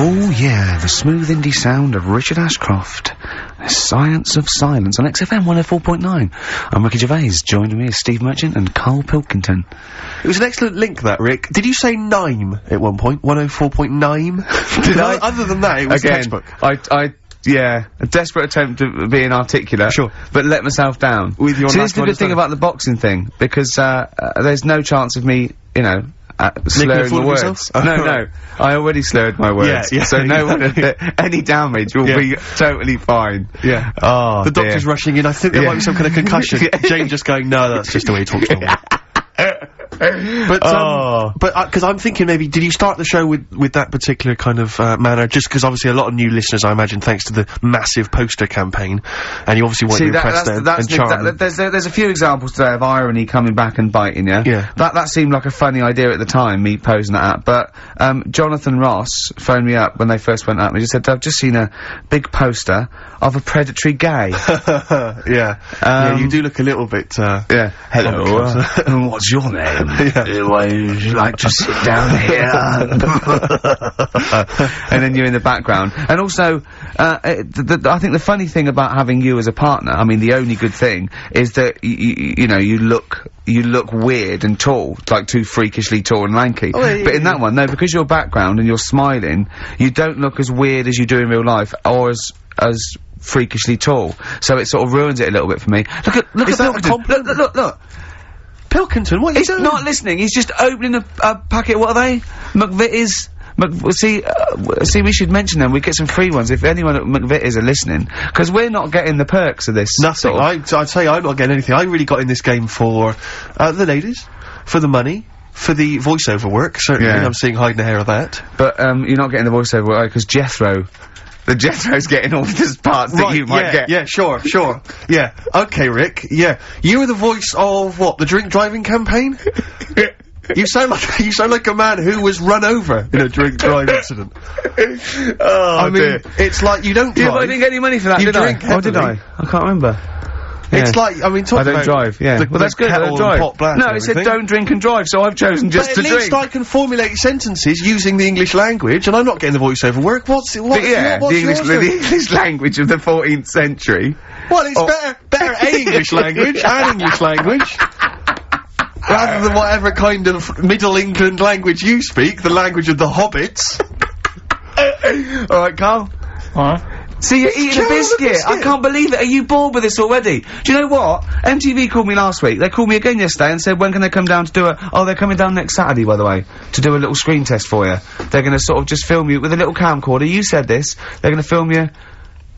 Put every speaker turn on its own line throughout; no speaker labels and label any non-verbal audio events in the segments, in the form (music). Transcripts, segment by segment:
Oh, yeah, the smooth indie sound of Richard Ashcroft. The Science of Silence on XFM 104.9. I'm Ricky Gervais. Joined me is Steve Merchant and Carl Pilkington.
It was an excellent link, that, Rick. Did you say nine at one oh point? (laughs) 104.9? Did I? Other than that, it was
Again,
textbook.
I, I, yeah, a desperate attempt to be inarticulate.
Sure.
But let myself down.
With your
See, this is
lack
the
of
good thing
understanding.
about the boxing thing, because, uh, uh, there's no chance of me, you know, uh, slurring
fool
the
of
words.
yourself? Oh,
no,
(laughs)
no.
right.
I already slurred my words.
yeah,
so
(laughs)
no one, any damage will
Yeah.
be totally fine.
Yeah.
Oh,
the doctor's
dear.
rushing in. I think there
Yeah.
might be some kind of (laughs) concussion. Jane just going, no, that's just the way he talks normally. (laughs) But, um,
Oh.
but, because I'm thinking maybe, did you start the show with, with that particular kind of, uh, manner? Just because obviously a lot of new listeners, I imagine, thanks to the massive poster campaign, and you obviously wanted
See,
to
that,
impress
that's,
them
that's
and
the,
charm
that-
them.
there's, there- there's a few examples today of irony coming back and biting you.
Yeah.
That, that seemed like a funny idea at the time, me posing that up, but, um, Jonathan Ross phoned me up when they first went up and he just said, I've just seen a big poster of a predatory gay.
(laughs) yeah. yeah, you do look a little bit, uh,
yeah.
Um, Hello, uh,
um, what's your name? (laughs) Uh, Would you like to sit down here? (laughs) and then you're in the background. And also, uh, it, the, the, I think the funny thing about having you as a partner, I mean, the only good thing is that y- y- you know you look you look weird and tall, like too freakishly tall and lanky.
Oh, yeah,
but
yeah,
in that one, no, because your background and you're smiling, you don't look as weird as you do in real life, or as as freakishly tall. So it sort of ruins it a little bit for me. Look at look
Is
at
that a
Pilkington.
compliment?
Look, look, look.
Pilkington, what are you
He's
doing?
not listening. He's just opening a, a packet. What are they? McVitie's. Mc, well, see, uh, w- see, we should mention them. We get some free ones if anyone at McVitie's are listening, because we're not getting the perks of this.
Nothing.
sort of-
I, I tell you, I'm not getting anything. I really got in this game for uh, the ladies, for the money, for the voiceover work. Certainly,
Yeah.
I'm seeing hide and hair of that.
but um, you're not getting the voiceover because Jethro, the Jethro's getting all these parts that you might
yeah,
get.
yeah, sure, sure. yeah, okay, Rick. Yeah, you were the voice of what the drink
(laughs)
driving campaign. you sound like you sound like a man who was run over in a drink drive incident.
(laughs) Oh,
I mean,
dear.
it's like you don't
yeah, but I
drive.
didn't get any money for that.
You
did
drink
I? Oh, did I?
heavily.
I can't remember.
It's
Yeah.
like I mean, talk
I don't
about
drive. Yeah.
The,
well, that's
the
good. I
kettle
don't
and
drive.
pot black
no,
and
it said
everything.
don't drink and drive, so I've chosen just
But
to
at least
drink.
I can formulate sentences using the English language, and I'm not getting the voiceover work. What's
But
what's
yeah,
your, what's
the English, (laughs)
yours
the
then?
English language of the 14th century.
Well, it's
oh.
better
(laughs)
better a English language and English language. Rather than whatever kind of Middle England language you speak, the language of the hobbits.
All right, Carl. See, you're eating a
Carl, the
biscuit. I
biscuit.
can't believe it. Are you bored with this already? Do you know what? MTV called me last week. They called me again yesterday and said, when can they come down to do a... Oh, they're coming down next Saturday, by the way, to do a little screen test for you. They're going to sort of just film you with a little camcorder. You said this. They're going to film you...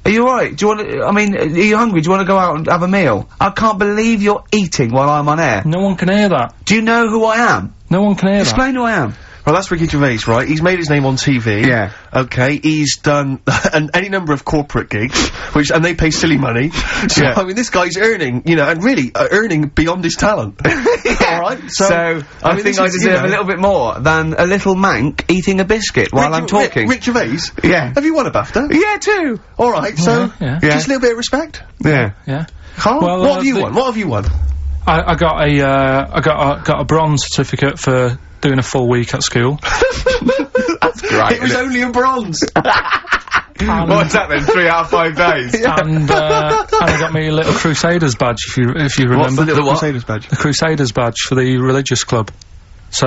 Are you alright? Do you want to... I mean, are you hungry? Do you want to go out and have a meal? I can't believe you're eating while I'm on air.
No one can hear that.
Do you know who I am?
No one can hear that.
Explain who I am.
Well, that's Ricky Gervais, right? He's made his name on TV.
Yeah.
Okay. He's done (laughs) an, any number of corporate gigs, which and they pay silly money. So
Yeah.
I mean, this guy's earning, you know, and really uh, earning beyond
(laughs)
his talent. All right.
So, I,
mean,
think
this
I
is, you
deserve
know-
a little bit more than a little mank eating a biscuit while
Rick-
I'm talking.
Rick, Rick Gervais?
Yeah.
Have you won a BAFTA?
yeah, too.
All right, so
Yeah, yeah.
just a little bit of respect.
Yeah.
Yeah.
Carl,
Well,
what
uh,
have you
the-
won? What have you won?
I, I got a uh, I got a, got a bronze certificate for doing a full week at school.
Right.
it was only in bronze. (laughs)
And,
What's that then? Three out of five days.
and, uh, and I got me a little Crusaders badge if you if you remember
little
what?
Crusaders badge?
the Crusaders badge for the religious club. So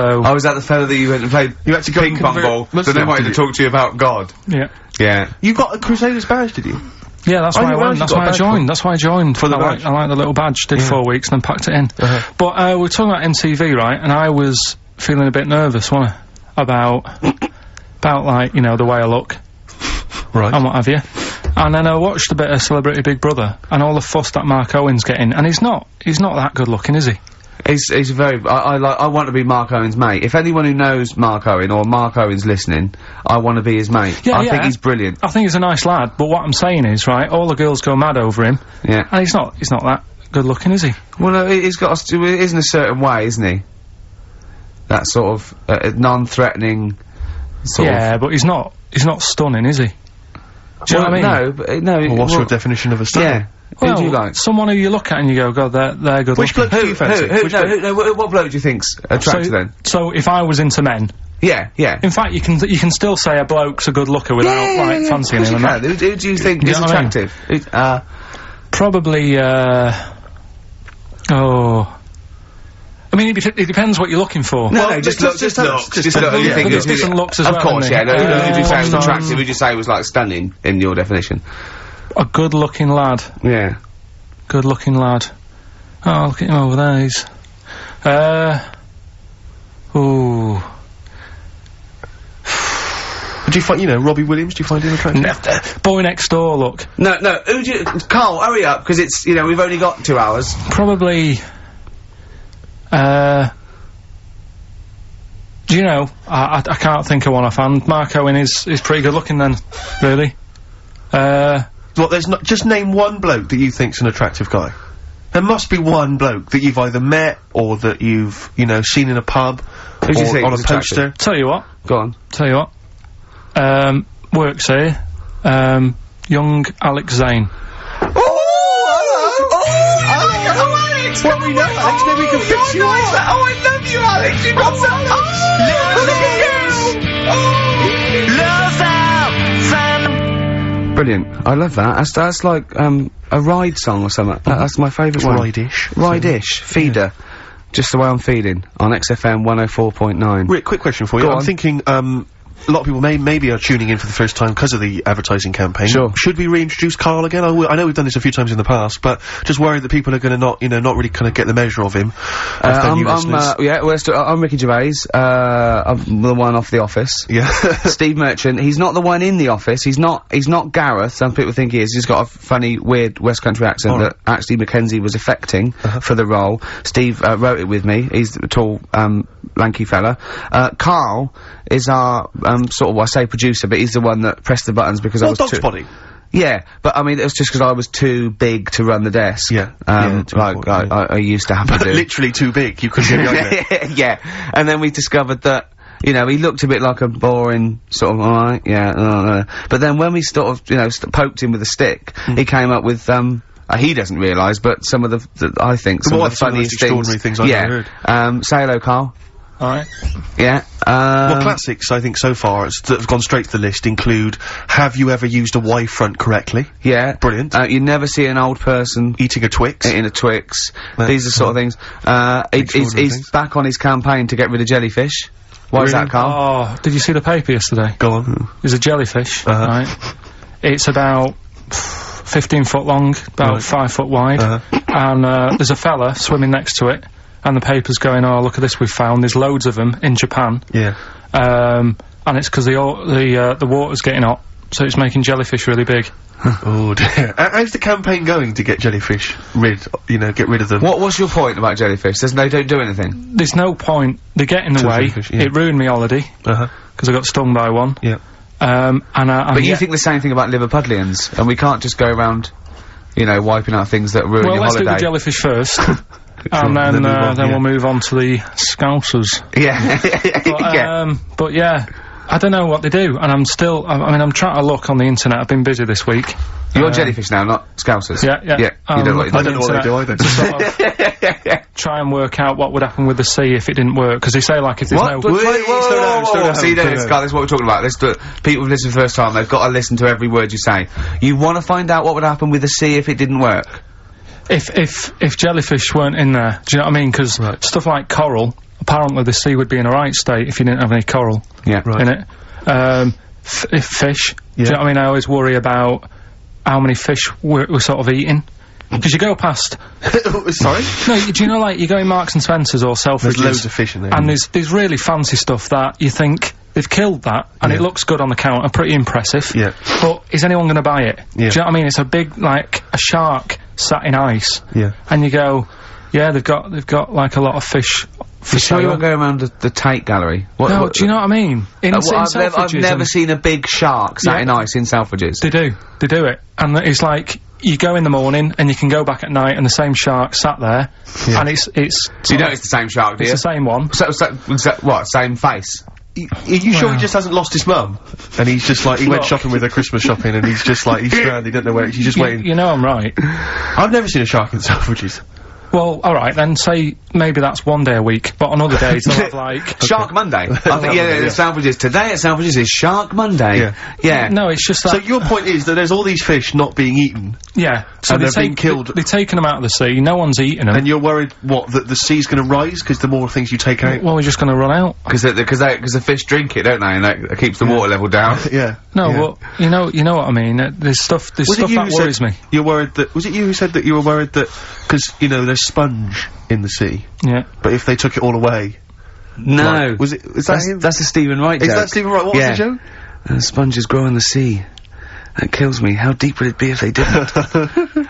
(laughs)
Oh.
I was at the fellow that you went and played
You had to go
ping
and
pong
convert
ball, so
Muslim,
they wanted to
did
talk to you about God.
yeah.
Yeah.
You got a Crusaders badge, did you?
Yeah, that's
Oh,
why
you
I
already
went. That's
got
why
a
I
badge for
joined. That's why I joined.
For the
I like,
badge.
I like the little badge. Did four weeks and then packed it in.
Uh-huh.
But uh, we were talking about MTV, right? And I was feeling a bit nervous, wasn't I? About about like you know the way I look.
Right.
and what have you. And then I watched a bit of Celebrity Big Brother and all the fuss that Mark Owen's getting, and he's not he's not that good looking, is he?
He's, he's very. I, I like. I want to be Mark Owen's mate. If anyone who knows Mark Owen or Mark Owen's listening, I want to be his mate.
Yeah,
I
yeah.
think he's brilliant.
I think he's a nice lad, but what I'm saying is, right, all the girls go mad over him,
Yeah.
and he's not he's not that good looking, is he?
Well, no, he- he's got. a st- It isn't a certain way, isn't he? That sort of uh, non-threatening. Sort of.
Yeah, but he's not he's not stunning, is he? Do you
Well,
know what I mean?
No, but, uh, no.
Well, what's
well,
your definition of a star?
Yeah.
Well,
who do you like?
Someone who you look at and you go, God, they're they're good
Which
looking.
bloke do you
Who,
fancy?
who,
Which
no,
bloke?
who, no, wh- what bloke do you think's attractive
so,
then?
so if I was into men,
Yeah, yeah.
In fact, you can you can still say a bloke's a good looker without like fancying
Of course
him.
you
and that.
can. Who, who do you think
You
is
know what I mean?
attractive? Who- uh,
Probably. Uh, oh. I mean, it, dep- it depends what you're looking for.
no,
Well,
no, just
just-
look,
just
just
looks,
looks,
just
just look.
looks,
you
yeah,
think
there's
it's-
different looks as
of
well,
course, yeah.
isn't
No,
there?
no,
Yeah.
Who'd you say was
Um,
attractive? Who'd you say was like stunning in your definition?
A good-looking lad.
Yeah.
Good-looking lad. Oh, look at him over there. He's. Uh. Ooh.
Do you find, you know, Robbie Williams, do you find him attractive?
uh, Boy next door. Look.
No, no. Who do you, Carl? Hurry up, because it's you know we've only got two hours.
Probably. Uh. Do you know? I, I, I can't think of one offhand. Marco in is is pretty good looking then, really. Uh.
What, there's not, just name one bloke that you think's an attractive guy. There must be one bloke that you've either met or that you've, you know, seen in a pub
do you
or
think
on a
is attractive?
poster.
Tell you what.
Go on.
Tell you what. Um, works here. Um, young Alex Zane.
Oh, hello! Oh, Alex! Well, we know, Alex, maybe we can fix you up.
Oh, I love you, Alex. You got so Brilliant. I love that. That's, that's like um, a ride song or something. That- that's my favourite one.
Ride-ish.
Ride-ish. Feeder. Just the way I'm feeling on XFM 104.9.
Rick, quick question for you.
Go
I'm
on.
thinking, um, a lot of people may maybe are tuning in for the first time because of the advertising campaign.
Sure.
Should we reintroduce Carl again? I, will, I know we've done this a few times in the past, but just worried that people are going to not, you know, not really kind of get the measure of him.
Uh,
I've done
I'm,
you
I'm,
listeners.
uh, yeah, well, let's do- I'm Ricky Gervais. Uh, I'm the one off The Office. (laughs)
yeah.
Steve Merchant. He's not the one in the office. He's not. He's not Gareth. Some people think he is. He's got a funny, weird West Country accent
Alright. Uh-huh.
that actually Mackenzie was affecting for the role. Steve uh, wrote it with me. He's the tall, um, lanky fella. Uh, Carl is our um, sort of well, I say producer, but he's the one that pressed the buttons because I
well,
was
dog's
too.
body.
Yeah, but I mean it was just because I was too big to run the desk.
Yeah. Yeah,
um,
too
like I,
important,
I, I used to have
(laughs)
to do.
Literally too big.
(laughs)
You couldn't get behind it.
yeah, and then we discovered that you know he looked a bit like a boring sort of all right, yeah, uh, uh. but then when we sort of you know st- poked him with a stick,
Hmm.
he came up with um. Uh, he doesn't realise, but some of the, the I think some
Well,
of the
some of the
funniest
extraordinary things I've
yeah.
ever heard.
Um, say hello, Carl.
All right.
Yeah. Um,
Well, classics, I think, so far, it's, that have gone straight to the list include Have You Ever Used a Y Front Correctly?
yeah.
Brilliant.
Uh, you never see an old person
Eating a Twix?
in a Twix.
Well,
These are sort of things. Uh, he- he's,
extraordinary
he's
things.
back on his campaign to get rid of jellyfish. Why is
Really?
that, Carl?
Oh, did you see the paper yesterday?
Go on.
It's a jellyfish.
Uh-huh.
Right. It's about fifteen foot long, about five foot wide,
Uh-huh.
and uh, there's a fella swimming next to it. And the paper's going, oh look at this we found. There's loads of them in Japan,
Yeah.
um, and it's because the o- the uh, the water's getting hot, so it's making jellyfish really big.
Oh dear. Uh, How's the campaign going to get jellyfish rid, you know, get rid of them?
What was your point about jellyfish? There's no, don't do anything.
There's no point. They get in the
To
way.
jellyfish, yeah.
It ruined me holiday
Uh-huh.
because I got stung by one.
Yeah.
Um, and I, and
But you
yet-
think the same thing about Liverpudlians, and we can't just go around, you know, wiping out things that ruin
well,
your
let's do the
holiday.
jellyfish first,
Sure,
and
then
then
move
uh,
on,
then
yeah.
we'll move on to the scousers.
yeah, (laughs)
But,
yeah.
Um, but yeah, I don't know what they do, and I'm still. I, I mean, I'm trying to look on the internet. I've been busy this week.
You're
um,
jellyfish now, not scousers.
Yeah, yeah.
Yeah, you
Um,
don't like
I
I don't know what they do either.
Sort of try and work out what would happen with the sea if it didn't work, because they say like if there's
What?
no.
Wait,
Slow
whoa,
down, slow
whoa,
down,
whoa,
slow
whoa.
down,
See, there
slow
it is,
down.
Carl, this is what we're talking about. This, the people who listen for the first time, they've got to listen to every word you say. You want to find out what would happen with the sea if it didn't work?
if if if jellyfish weren't in there, do you know what I mean? Because stuff like coral, apparently the sea would be in a right state if you didn't have any coral
Yeah.
in it. Um, f- if fish, do
Yeah.
you know what I mean? I always worry about how many fish we're, we're sort of eating. Because you go past,
(laughs) Sorry?
no, you- do you know like you go in Marks and Spencer's or
(laughs)
Selfridges,
There's loads of fish in there.
and there's there's really fancy stuff that you think they've killed that, and it
Yeah.
looks good on the counter, pretty impressive.
Yeah.
But is anyone going to buy it? Do you
Yeah.
know what I mean? It's a big like a shark sat in ice.
Yeah.
And you go, yeah, they've got they've got like a lot of fish. For
You sure you
sale.
won't go around the, the Tate Gallery? What,
No,
what-
do you know what I mean? In,
uh,
in
what- I've, never, I've
Selfridges
never
and-
seen a big shark sat
Yeah.
in ice in Selfridges.
They do. They do it. And it's like you go in the morning and you can go back at night and the same shark sat there and it's it's
So you know it's the same shark, do
it's
you?
the same one.
So, so, so what? Same face?
Y- Are you sure he
Wow.
just hasn't lost his mum? And he's just like, he went
Look.
shopping with her Christmas shopping and he's just like, he's stranded, he don't know where, he's just
(laughs)
You,
waiting.
you know I'm right.
(laughs) I've never seen a shark in Selfridges.
Well, all right then. Say maybe that's one day a week, but on other days they'll have like.
(laughs)
Shark Monday. I think, yeah, yeah,
yeah.
at Salvages. Today at Salvages is Shark Monday.
Yeah.
(laughs) Yeah.
No, it's just that.
So your point is that there's all these fish not being eaten,
yeah.
So
they
they're being
take-
killed.
They, are taking them out of the sea. No one's eating them.
and you're worried what that the sea's going to rise because the more things you take out.
well, we're just going to run out.
Because because because the fish drink it, don't they? And that, that keeps the water level
(laughs)
down.
yeah.
No,
yeah.
well, you know, you know what I mean. Uh, There's stuff, there's
Was
stuff
it you
that
who
worries
said
me.
You're worried that was it you who said that you were worried that because you know there's sponge in the sea,
Yeah.
but if they took it all away,
No.
like, was it is that
that's,
him?
that's a Stephen Wright
is
joke.
that Stephen Wright? What
Yeah.
was the joke?
Uh, sponges grow in the sea. That kills me. How deep would it be if they didn't?
(laughs)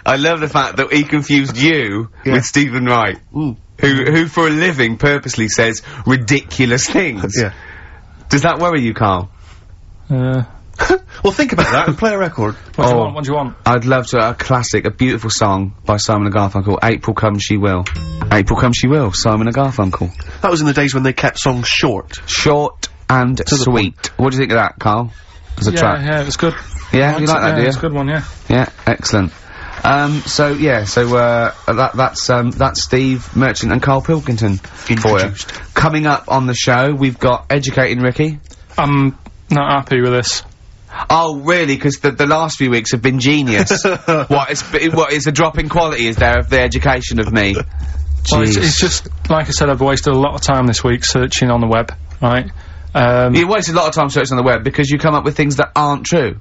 I love the fact that he confused you
Yeah.
with Stephen Wright,
Mm.
who who for a living purposely says ridiculous things.
Yeah.
Does that worry you, Carl?
Uh,
Well, think about that and play a record.
what do you
Oh.
want? What do you want?
I'd love to a classic, a beautiful song by Simon and Garfunkel. April come she will. April come she will. Simon and Garfunkel.
That was in the days when they kept songs short.
Short and
the
sweet. What do you think of that, Carl? As a
yeah,
track.
yeah, it was good.
Yeah, you
Liked
like
it,
that,
yeah,
do you?
It's a good one, yeah.
Yeah, excellent. Um, so yeah, so uh, that that's um, that's Steve Merchant and Carl Pilkington for you.
Introduced.
Coming up on the show, we've got educating Ricky.
I'm not happy with this.
Oh, really? Because the, the last few weeks have been genius. (laughs) what is what is the drop in quality? Is there of the education of me?
Well, it's,
Jeez.
it's just like I said, I've wasted a lot of time this week searching on the web, right? Um,
You waste a lot of time searching on the web because you come up with things that aren't true.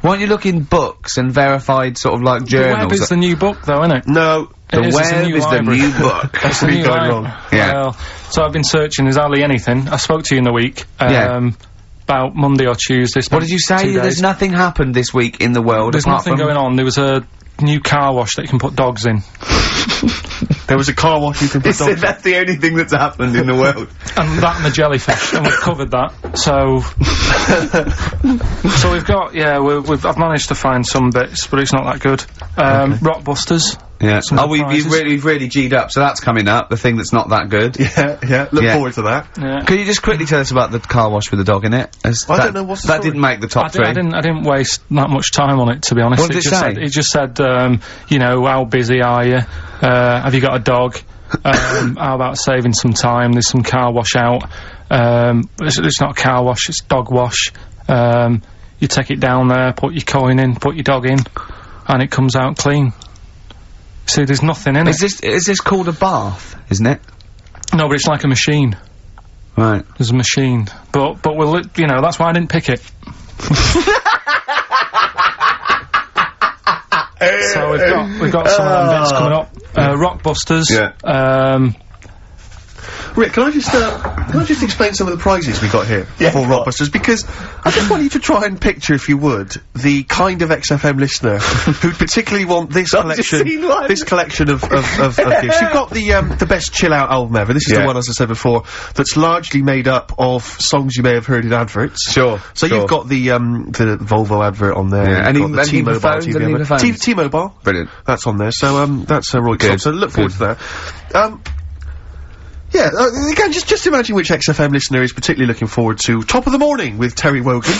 Why don't you look in books and verified sort of like
the web
journals?
is the new book, though, isn't it?
No.
The
The
is, it's a
web
new
is the
library.
new
(laughs)
book.
That's the
Really
new
going
line.
wrong.
Yeah.
Well, so I've been searching. There's hardly anything. I spoke to you in the week. Um,
Yeah.
About Monday or Tuesday.
What did you say? There's nothing happened this week in the world.
There's
apart
nothing
from
going on. There was a new car wash that you can put dogs in.
There was a car wash you can put on.
that's the only thing that's happened
(laughs)
in the world.
and that and the jellyfish, and we've covered that. So, so we've got yeah, we we've I've managed to find some bits, but it's not that good. Um, Rockbusters.
Yeah. Oh, we've,
surprises.
we've really, we've really G'd up, so that's coming up, the thing that's not that good.
(laughs) Yeah, yeah. Look
Yeah.
forward to that.
Yeah.
Could you just quickly tell us about the car wash with the dog in it? As
I
that,
don't know, what's the
That
story?
didn't make the
I,
top
did,
three.
I didn't. I didn't waste that much time on it, to be honest.
What did it
just
say?
Said, it just said, um, you know, how busy are you? Uh, have you got a
(laughs)
dog? um, how about saving some time? There's some car wash out. Um, it's, it's not car wash. It's dog wash. Um, you take it down there, put your coin in, put your dog in, and it comes out clean. See, there's nothing in
Is
it.
this is this called a bath? Isn't it?
No, but it's like a machine.
Right.
There's a machine. But but we'll li- you know that's why I didn't pick it. so we've got we've got some of them bits coming up. Uh, Rockbusters.
Oh. Yeah.
Um,
Rick, can I just uh, can I just explain some of the prizes we got here for Rockbusters? Because I just want you to try and picture, if you would, the kind of
(laughs)
XFM listener who'd particularly want this collection,
seen one.
this collection of, of,
(laughs)
of, of gifts. You've got the um, the best chill out album ever. This is
Yeah.
the one, as I said before, that's largely made up of songs you may have heard in adverts.
Sure,
So
sure.
you've got the um, the Volvo advert on there.
Yeah,
you've
and
got
even- and even the phones, and even the
advert. T-
phones.
T-Mobile.
Brilliant.
That's on there. So um, that's a Roy Cobb. So look forward to that. Um, yeah, uh, again, just just imagine which XFM listener is particularly looking forward to Top of the Morning with Terry (laughs) Wogan.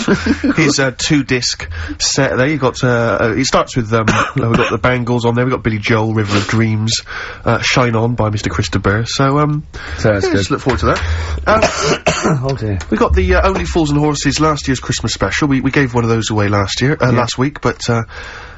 His uh, two disc set there. You got uh, uh, it starts with um, (coughs) uh, we got the Bangles on there. We got Billy Joel, River of Dreams, uh, Shine On by Mr. Christopher. Burr. So um,
So that's
yeah,
good.
just look forward to that. Um,
Oh dear.
we got the uh, Only Fools and Horses last year's Christmas special. We we gave one of those away last year, uh, last week, but uh,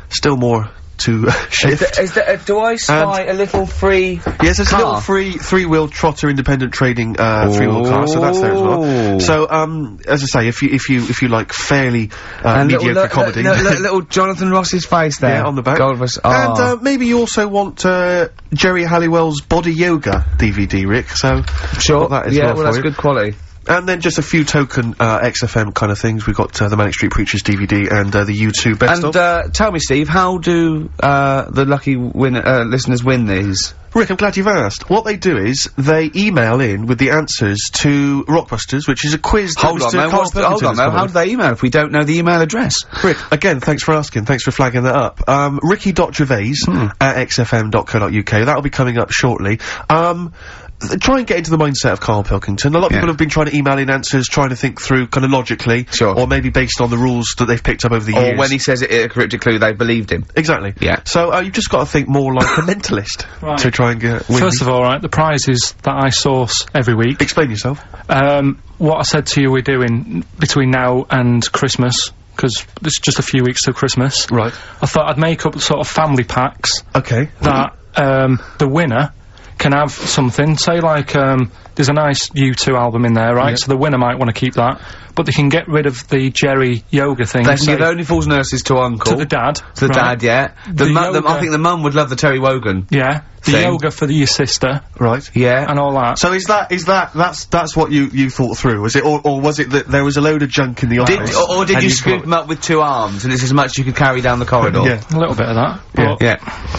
still more to (laughs) shift.
Is there, uh, do I spy a little free?
Yes, there's
Car.
a little free three-wheel trotter independent trading uh, three-wheel car, so that's there as
Ooh.
well. So, um, as I say, if you if you if you like fairly uh,
And little-
mediocre
look-
comedy,
look-
(laughs)
look- little Jonathan Ross's face there
yeah, on the back,
Goldfuss-
and
oh.
uh, maybe you also want uh, Jerry Halliwell's Body Yoga DVD, Rick. So,
sure.
got that as
yeah,
well
well,
for
that's
you.
good quality.
and then just a few token uh, XFM kind of things. We've got uh, the Manic Street Preachers DVD and uh, the U2 best
And
of.
uh, tell me, Steve, how do uh, the lucky win- uh, listeners win these?
Rick, I'm glad you've asked. What they do is they email in with the answers to Rockbusters, which is a quiz. that
Hold
Mr.
on, though.
Carl
What's the, hold
Pilkington
on,
has
though.
come up
How
with.
do they email if we don't know the email address?
Rick, again, thanks for asking. Thanks for flagging that up. Um, Hmm. ricky.gervais at xfm.co.uk. That'll be coming up shortly. Um, th- try and get into the mindset of Carl Pilkington. A lot of
Yeah.
people have been trying to email in answers, trying to think through kind of logically,
Sure.
or maybe based on the rules that they've picked up over the
Or
years.
when he says it in a cryptic clue, they believed him.
exactly.
Yeah.
So uh, you've just got to think more like (coughs) a mentalist
Right.
to try and get. Win
First of all, right, the prizes that I source every week.
explain yourself.
Um, what I said to you we're doing between now and Christmas, because it's just a few weeks till Christmas.
Right.
I thought I'd make up sort of family packs
Okay.
that um, the winner can have something. Say like um, there's a nice U2 album in there, right? So the winner might want to keep that, but they can get rid of the Jerry yoga thing.
They can
say,
give only fools nurses to uncle.
to the dad.
To the
right?
dad, yeah. The,
The
mu- the I
yoga.
think the mum would love the Terry Wogan.
Yeah. The
Thing.
yoga for the, your sister
Right.
Yeah.
and all that.
So is that is that that's that's what you you thought through? Was it or, or was it that there was a load of junk in the
Did,
office?
or, or did
and
you
you've
scoop them up with two arms and it's as much you could carry down the corridor?
got- Yeah.
a little bit of that. But,
Yeah.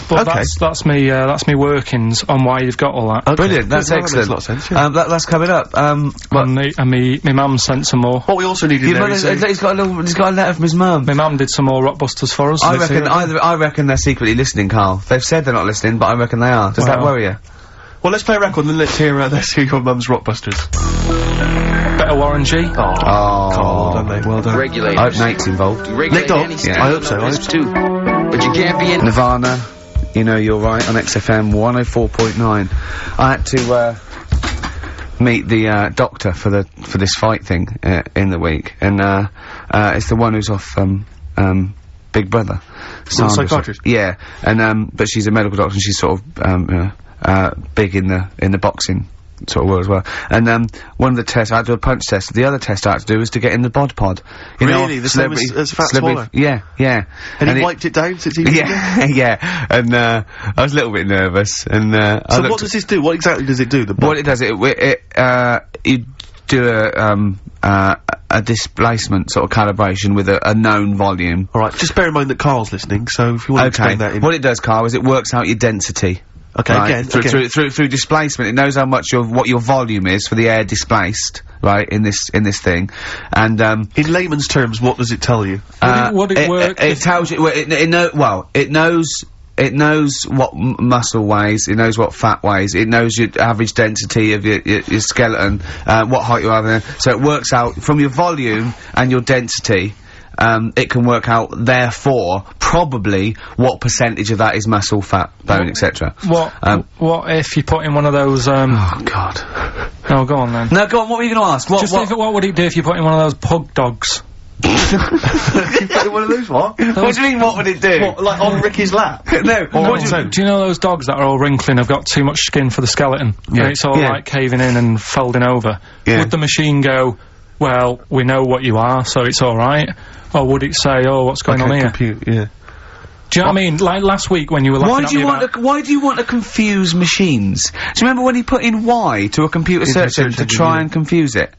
but
Okay.
that's that's me uh, that's me workings on why you've got all that.
Brilliant, that's
Well, that makes
excellent.
a lot of sense, yeah.
um, that, that's coming up. Um,
and me, and me, my mum sent some more.
What we also need in
your
there
mother's,
is a-
he's got a little, he's got a letter from his mum.
My mum did some more Rockbusters for us.
I
Let's see
reckon,
it.
I, I reckon they're secretly listening, Carl. They've said they're not listening, but I reckon they are. Does that
Well.
worry you?
well, let's play a record and then let's hear uh, let's hear your mum's Rockbusters.
better Warren G.
Oh,
Oh.
well done, mate. Well done.
Regulators.
I hope Nate's involved.
Regulate
Nick Dog.
any
Yeah. I hope so, I hope
station on this too. But you can't be in.
Nirvana, you know you're right on XFM 104.9. I had to uh, meet the uh, doctor for the for this fight thing uh, in the week, and uh, uh, it's the one who's off um, um, Big Brother. Sandra's off-
psychiatrist?
Yeah, and um, but she's a medical doctor, and she's sort of um, you know, uh, big in the in the boxing. Sort of world as well, and um, one of the tests I had to do a punch test. The other test I had to do was to get in the bod pod. You
Really? The same as- as Fat Swallow?
Yeah, yeah.
And, he
it-
wiped it down since he was young?
yeah, (laughs) yeah. And uh, I was a little bit nervous. And uh, I
So
looked-
what does this do? What exactly does it do? The
what it does it wi- it uh, you do a um uh, a displacement sort of calibration with a, a known volume.
All right. Just bear in mind that Carl's listening, so if you want to
Okay.
explain that in.
What it does, Carl, is it works out your density.
okay.
right?
Again.
through,
again.
through through through displacement, it knows how much your what your volume is for the air displaced, right? In this in this thing, and um,
in layman's terms, what does it tell you?
Would it- would it work
Uh, It,
if-
tells you. Well, it, it know. Well, it knows. It knows what m- muscle weighs. It knows what fat weighs. It knows your average density of your your, your skeleton, uh, what height you are. and- So it works out from your volume and your density. Um, it can work out, therefore, probably what percentage of that is muscle, fat, bone, etc.
What
Um,
What if you put in one of those? Um,
Oh God!
no, go on then.
No, go on. What were you going to ask? What?
Just
what?
think of what would it do if you put in one of those pug dogs?
one of those what?
what do you mean? What would it do?
like on Ricky's lap.
(laughs) No.
No,
what do you-
do you know those dogs that are all wrinkling? I've got too much skin for the skeleton.
Yeah.
And it's all
Yeah.
like caving in and folding over.
Yeah.
Would the machine go, well, we know what you are, so it's alright? Or would it say, oh, what's going on here?
Compute, yeah.
Do you know what I mean? Like last week when you were laughing
Why
at
do
me
you want
about-
to? Why do you want to confuse machines? Do you remember when he put in "why" to a computer
Into the
search engine
search
to
engine,
try
yeah.
and confuse it?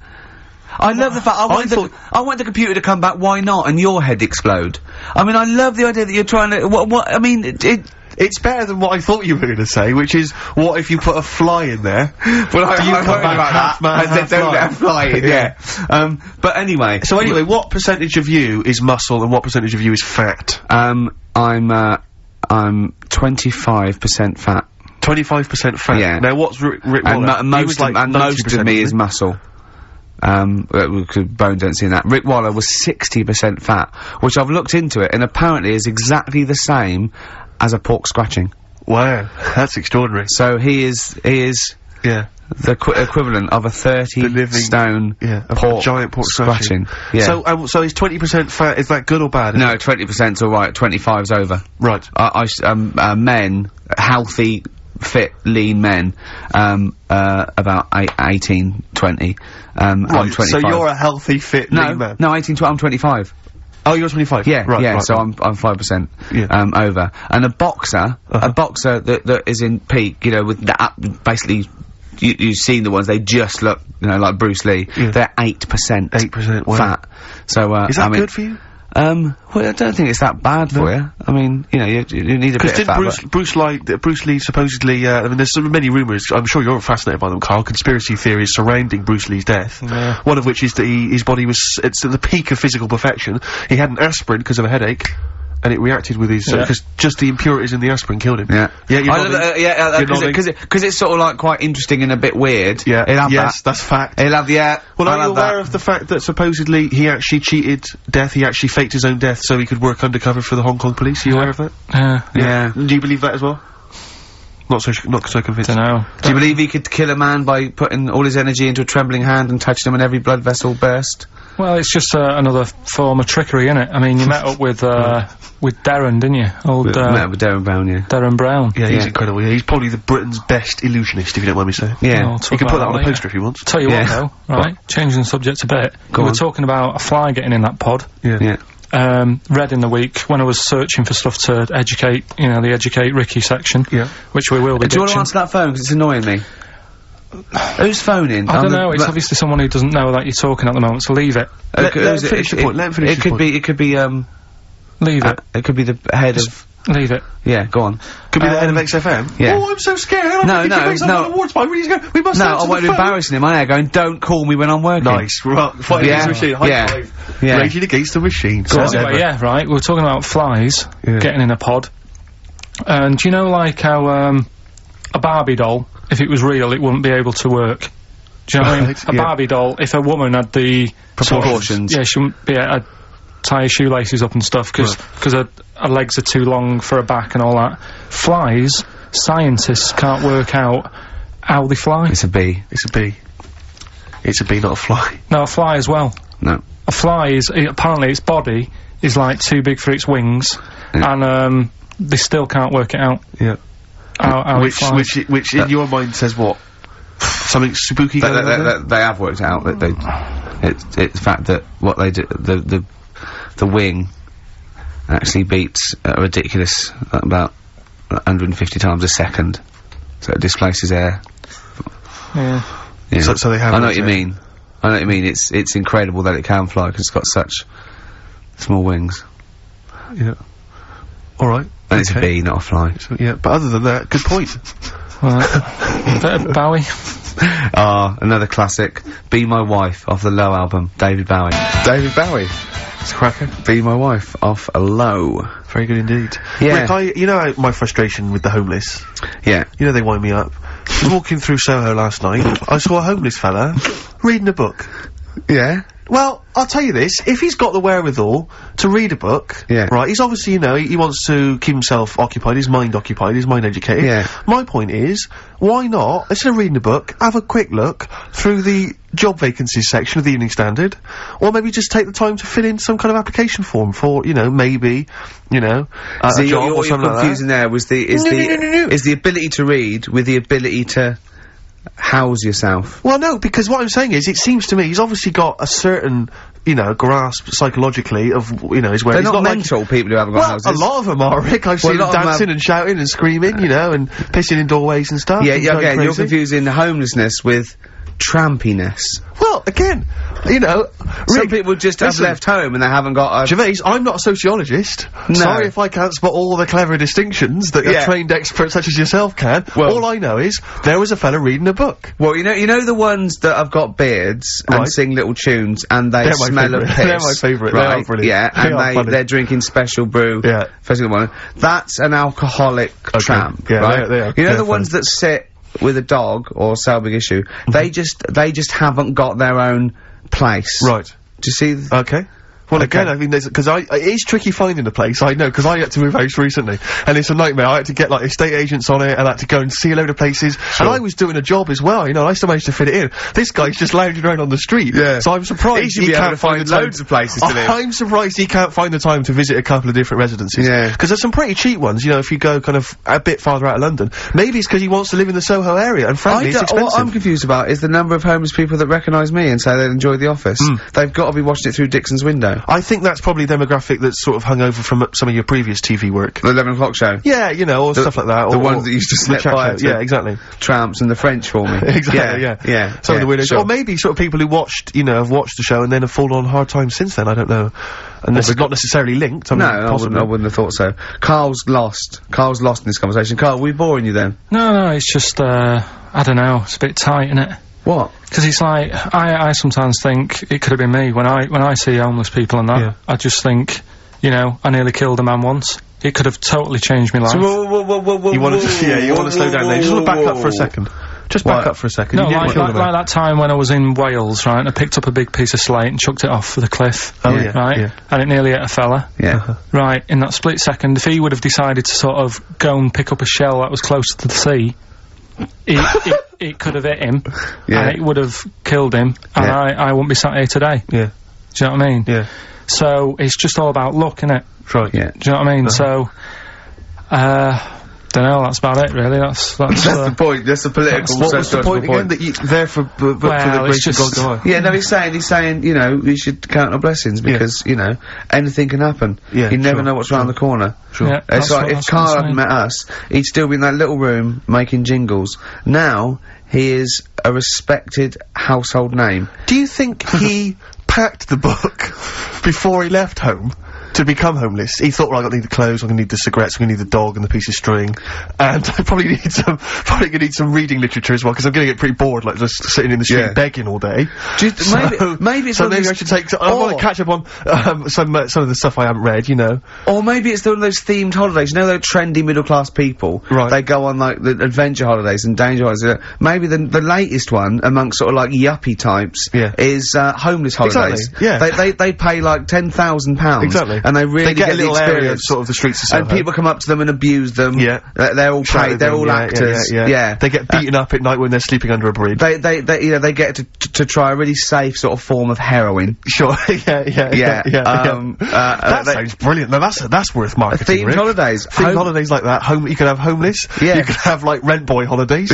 I love the fact I want
thought-
the I want the computer to come back. Why not? And your head explode. I mean, I love the idea that you're trying to. What? What? I mean, it. it
It's better than what I thought you were going to say, which is, what if you put a fly in there?
(laughs) well, I,
Do Oh, you
I'm
come
worried
back
about
half man,
I said
half
don't
fly?
let fly. in, Yeah. um. But anyway.
So anyway, what percentage of you is muscle and what percentage of you is fat?
Um. I'm. Uh, I'm 25% fat.
Twenty-five percent fat.
Yeah.
Now what's Rick, Rick
and,
Waller?
mo- and
He
most
was
of,
like
and most of
90%,
me is
wasn't
muscle. Um, uh, we could bone density in that. Rick Waller was 60% fat, which I've looked into it, and apparently is exactly the same as a pork scratching.
he? Wow, that's extraordinary.
So he is he is
Yeah.
the qu- equivalent of a 30
The living-
stone
Yeah, a
pork
giant pork
scratching.
scratching.
Yeah.
So, um, so is twenty percent fat? Is that good or bad?
no, 20%'s all right. 25's over.
Right.
I, I s- um, uh, men, healthy, fit, lean men, um, uh, about eight, 18, 20. Um, I'm
Right,
25.
so you're a healthy, fit,
No,
lean man.
no, 18 to I'm 25.
Oh, you're 25.
Yeah,
right.
yeah.
right,
so
right.
I'm I'm five percent
Yeah. Uh-huh.
um, over, and a boxer, a boxer that that is in peak, you know, with that up- basically. You, you've seen the ones they just look, you know, like Bruce Lee.
Yeah.
They're eight percent
8%, wow.
fat. So uh,
Is that
I mean,
good for you?
Um, well, I don't think it's that bad for you. I mean, you know, you, you need a bit
Because
of
didn't
fat.
Bruce,
but-
Bruce, like, th- Bruce Lee supposedly, uh, I mean, there's so many rumours, I'm sure you're fascinated by them, Carl, conspiracy theories surrounding Bruce Lee's death. One of which is that he, his body was, it's at the peak of physical perfection. He had an aspirin because of a headache. and it reacted with his
Yeah.
because just the impurities in the aspirin killed him.
Yeah.
yeah, you're
I
nodding.
love it, uh, yeah,
You're
because
nodding.
it, cause it, cause it's sort of like quite interesting and a bit weird.
yeah,
He'll have
yes,
that.
that's fact.
He'll have the, uh, I'll
Well, are you
have that.
aware of the fact that supposedly he actually cheated death? He actually faked his own death so he could work undercover for the Hong Kong police. Are you aware of that?
Uh,
Yeah.
Do you believe that as well? Not so, sh- not so convinced.
don't know.
Do you believe he could kill a man by putting all his energy into a trembling hand and touching him and every blood vessel burst?
Well, it's just uh, another form of trickery, is it? I mean, you met up with uh, with Darren, didn't you? Old uh,
Met with Darren Brown, yeah.
Darren Brown.
Yeah, he's
Yeah.
incredible. Yeah, he's probably the Britain's best illusionist, if you don't mind me saying.
Yeah.
I'll
You
talk
can put
about
that on a
later.
poster if you want.
Tell you
Yeah.
what, though, right? Changing the subject a bit. we were
on.
talking about a fly getting in that pod.
Yeah.
Um, read in the week when I was searching for stuff to educate, you know, the educate Ricky section.
Yeah.
Which we will be.
Uh, Do you want to
ditching.
answer that phone? Because it's annoying me. Who's phoning?
I
I'm
don't
the-
know. It's
but-
obviously someone who doesn't know that you're talking at the moment. So leave it.
Okay,
Let- let
uh, who's
him
it?
finish
It-
your point, let him finish
It
your
could
point.
be, it could be, um,
Leave
uh,
it.
it could be the head of,
Leave it.
yeah, go on.
Could be the head of
Um,
XFM.
yeah.
Oh, I'm so scared. I don't
No,
think
no,
he picks up
no.
on awards by. We need to go. We must
No,
answer
I won't
the
be
phone.
embarrassing him. I am going, don't call me when I'm working.
Nice. Right. Fight
Yeah.
against the machine. High
Yeah.
five.
Yeah.
Raging against the machine.
So
Says
anyway,
Edward.
yeah, right. We were talking about flies
Yeah.
getting in a pod, and do you know, like how um, a Barbie doll, if it was real, it wouldn't be able to work. Do you know what I mean?
Right,
A
yeah.
Barbie doll, if a woman had the
Proportions.
yeah, she wouldn't be able to tie her shoelaces up and stuff because her, her legs are too long for her back and all that. Flies, scientists can't work out how they fly.
It's a B.
It's a bee. It's a bee, not a fly.
Now a fly as well.
No.
a fly is i- apparently its body is like too big for its wings, and um, they still can't work it out.
Yeah.
How, how it
Which,
flies.
which, which, in your mind says what? Something spooky
They,
going
they,
on.
they,
there?
they- they have worked it out that they, it's, it's the fact that what they do, the, the, the wing actually beats a ridiculous uh, about 150 times a second. So it displaces air.
yeah.
Yeah.
So- so they have
I know what
worked
you
it out.
mean. I know what you mean. It's, it's incredible that it can fly because it's got such small wings.
Yeah. All right.
And it's a
Okay.
bee, not a fly.
So, yeah, but other than that, good point.
Right. (laughs) Bit of Bowie.
(laughs) Ah, another classic. Be My Wife off the Low album, David Bowie. David Bowie.
It's a cracker.
Be My Wife off Low.
Very good indeed.
Yeah.
Rick, I, you know how- my frustration with the homeless.
Yeah.
You know they wind me up. I was walking through Soho last night. I saw a homeless fella reading a book.
Yeah?
Well, I'll tell you this: if he's got the wherewithal to read a book,
Yeah.
right? He's obviously, you know, he, he wants to keep himself occupied, his mind occupied, his mind educated.
Yeah.
My point is, why not instead of reading a book, have a quick look through the job vacancies section of the Evening Standard, or maybe just take the time to fill in some kind of application form for, you know, maybe, you know, a, a
So
job
you're,
or
you're
something like that.
confusing there was the is
No,
the
no, no, no, no.
is the ability to read with the ability to house yourself.
Well, no, because what I'm saying is, it seems to me he's obviously got a certain, you know, grasp psychologically of, you know, his where
They're
he's
not,
like-
mental people who haven't got
Well,
houses.
a lot of them are, Rick. I've
Well, a
seen
lot
them
of 'em
dancing
have-
and shouting and screaming, you know, and pissing in doorways and stuff.
Yeah,
and
yeah,
going
again, you're
crazy.
confusing homelessness with trampiness.
Well, again, you know,
Some
Rick,
people just have
listen,
left home and they haven't got a
Gervais, I'm not a sociologist.
No.
Sorry if I can't spot all the clever distinctions that
Yeah.
a trained expert such as yourself can.
Well-
all I know is there was a fella reading a book.
Well, you know, you know the ones that have got beards
Right.
and sing little tunes, and they
They're my
smell of
favourite. (laughs)
piss.
They're my favourite. They are
right?
brilliant.
Yeah,
They
and
are
they
funny.
they're drinking special brew.
Yeah.
special one. That's an alcoholic tramp,
Yeah,
right?
they are- they are-
you know
they're
the ones that sit with a dog or so big issue.
Mm-hmm.
They just they just haven't got their own place.
Right. Uh,
Do you see? th-
Okay. Well,
Okay.
again, I mean, because I, I- it's tricky finding a place. I know because I had to move house recently, and it's a nightmare. I had to get like estate agents on it, and I had to go and see a load of places. And I was doing a job as well, you know. And I still managed to fit it in. This guy's just lounging around on the street.
Yeah.
So I'm surprised
He
he,
should be able
can't
to
find
find
the time-
loads of places
(laughs)
to live.
I'm surprised he can't find the time to visit a couple of different residences.
Yeah.
Because there's some pretty cheap ones, you know. If you go kind of a bit farther out of London, maybe it's because he wants to live in the Soho area, and frankly,
I
it's
don't-
expensive.
what I'm confused about is the number of homeless people that recognise me and say they enjoy the office.
Hmm.
They've got to be watching it through Dixon's window.
I think that's probably a demographic that's sort of hung over from uh, some of your previous TV work.
The 11 o'clock show.
Yeah, you know, or stuff like that.
the
or,
ones
or
that used to snap
the chat
fire
show.
to- (laughs)
Yeah, exactly.
Tramps and the French for me.
(laughs) Exactly, yeah.
Yeah. yeah
Some of the
yeah,
weirdos. "Oh,
sure.
Or maybe sort of people who watched, you know, have watched the show and then have fallen on hard times since then, I don't know. And this is not necessarily linked, I mean,
No, I wouldn't,
possibly.
I wouldn't have thought so. Carl's lost. Carl's lost in this conversation. Carl, we boring you then?
No, no, it's just uh, I don't know. It's a bit tight, isn't it?
What?
Because it's like I, I sometimes think it could have been me when I when I see homeless people and that.
Yeah.
I just think You know, I nearly killed a man once. It could have totally changed my life.
Whoa, whoa, whoa, whoa, whoa,
You want
whoa,
to, (laughs) yeah, you
whoa,
want to slow down there. You just
whoa,
want to back up for a
whoa.
second. Just back
Why?
up for a second.
no,
you nearly
like,
killed
like,
a man.
like that time when I was in Wales, right, and I picked up a big piece of slate and chucked it off the cliff.
Oh, yeah,
Right?
yeah.
And it nearly hit a fella.
(laughs)
Yeah.
Right, in that split second, if he would have decided to sort of go and pick up a shell that was closer to the sea, it, it, it could have hit him,
Yeah.
and it would have killed him, and
Yeah.
I, I wouldn't be sat here today.
Yeah,
Do you know what I mean?
yeah,
So it's just all about luck, innit?
right.
Yeah.
Do you know what I mean?
Uh-huh.
So, uh, don't know. That's about it, really.
(laughs)
That's that's.
That's
uh,
the point. That's the political.
What
that's
was the
judgment
point again?
That you there for, for, for
Well,
the
it's
grace of
just-
God.
Yeah, no, he's saying, he's saying, you know, we should count our blessings because, you know, anything can happen.
Yeah,
You never
sure,
know what's round the corner.
Sure.
Yeah,
It's
that's
like
what-
if
that's what I'm
Carl hadn't
saying.
met us, he'd still be in that little room making jingles. Now, he is a respected household name.
Do
(laughs)
you think he packed the book before he left home to become homeless? He thought, right, I'm gonna need the clothes, I'm gonna need the cigarettes, I'm gonna need the dog and the piece of string, and (laughs) I probably need some, probably gonna need some reading literature as well because I'm gonna get pretty bored, like just sitting in the street
Yeah.
begging all day.
Do you th-
So-
maybe- maybe it's
so
one of
maybe
these-
I should take. So I want
Or-
to catch up on um, some uh, some of the stuff I haven't read, you know.
Or maybe it's the- one of those themed holidays. You know, those trendy middle class people.
Right.
They go on like the adventure holidays and danger holidays. Uh, Maybe the the latest one amongst sort of like yuppie types.
Yeah.
Is uh, homeless holidays.
Exactly, yeah.
They they they pay like ten thousand pounds.
Exactly.
And they really
They get, a
the
little
experience.
area of sort of the streets of Soho.
and people come up to them and abuse them.
Yeah.
They- They're all
Shout
paid.
at
They're
them,
all
yeah, yeah,
actors.
Yeah, yeah. They get
Uh,
beaten up at night when they're sleeping under a bridge.
they, they, they, you know, they get to, to, to try a really safe sort of form of heroin.
Sure. (laughs) yeah, yeah,
Yeah,
yeah, yeah.
um,
yeah.
uh, uh,
that
they-
sounds brilliant. Now that's that's worth marketing.
Themed
Rick.
holidays.
Themed
Home-
holidays like that. Home. You could have homeless.
Yeah.
You could have like rent
(laughs)
boy holidays.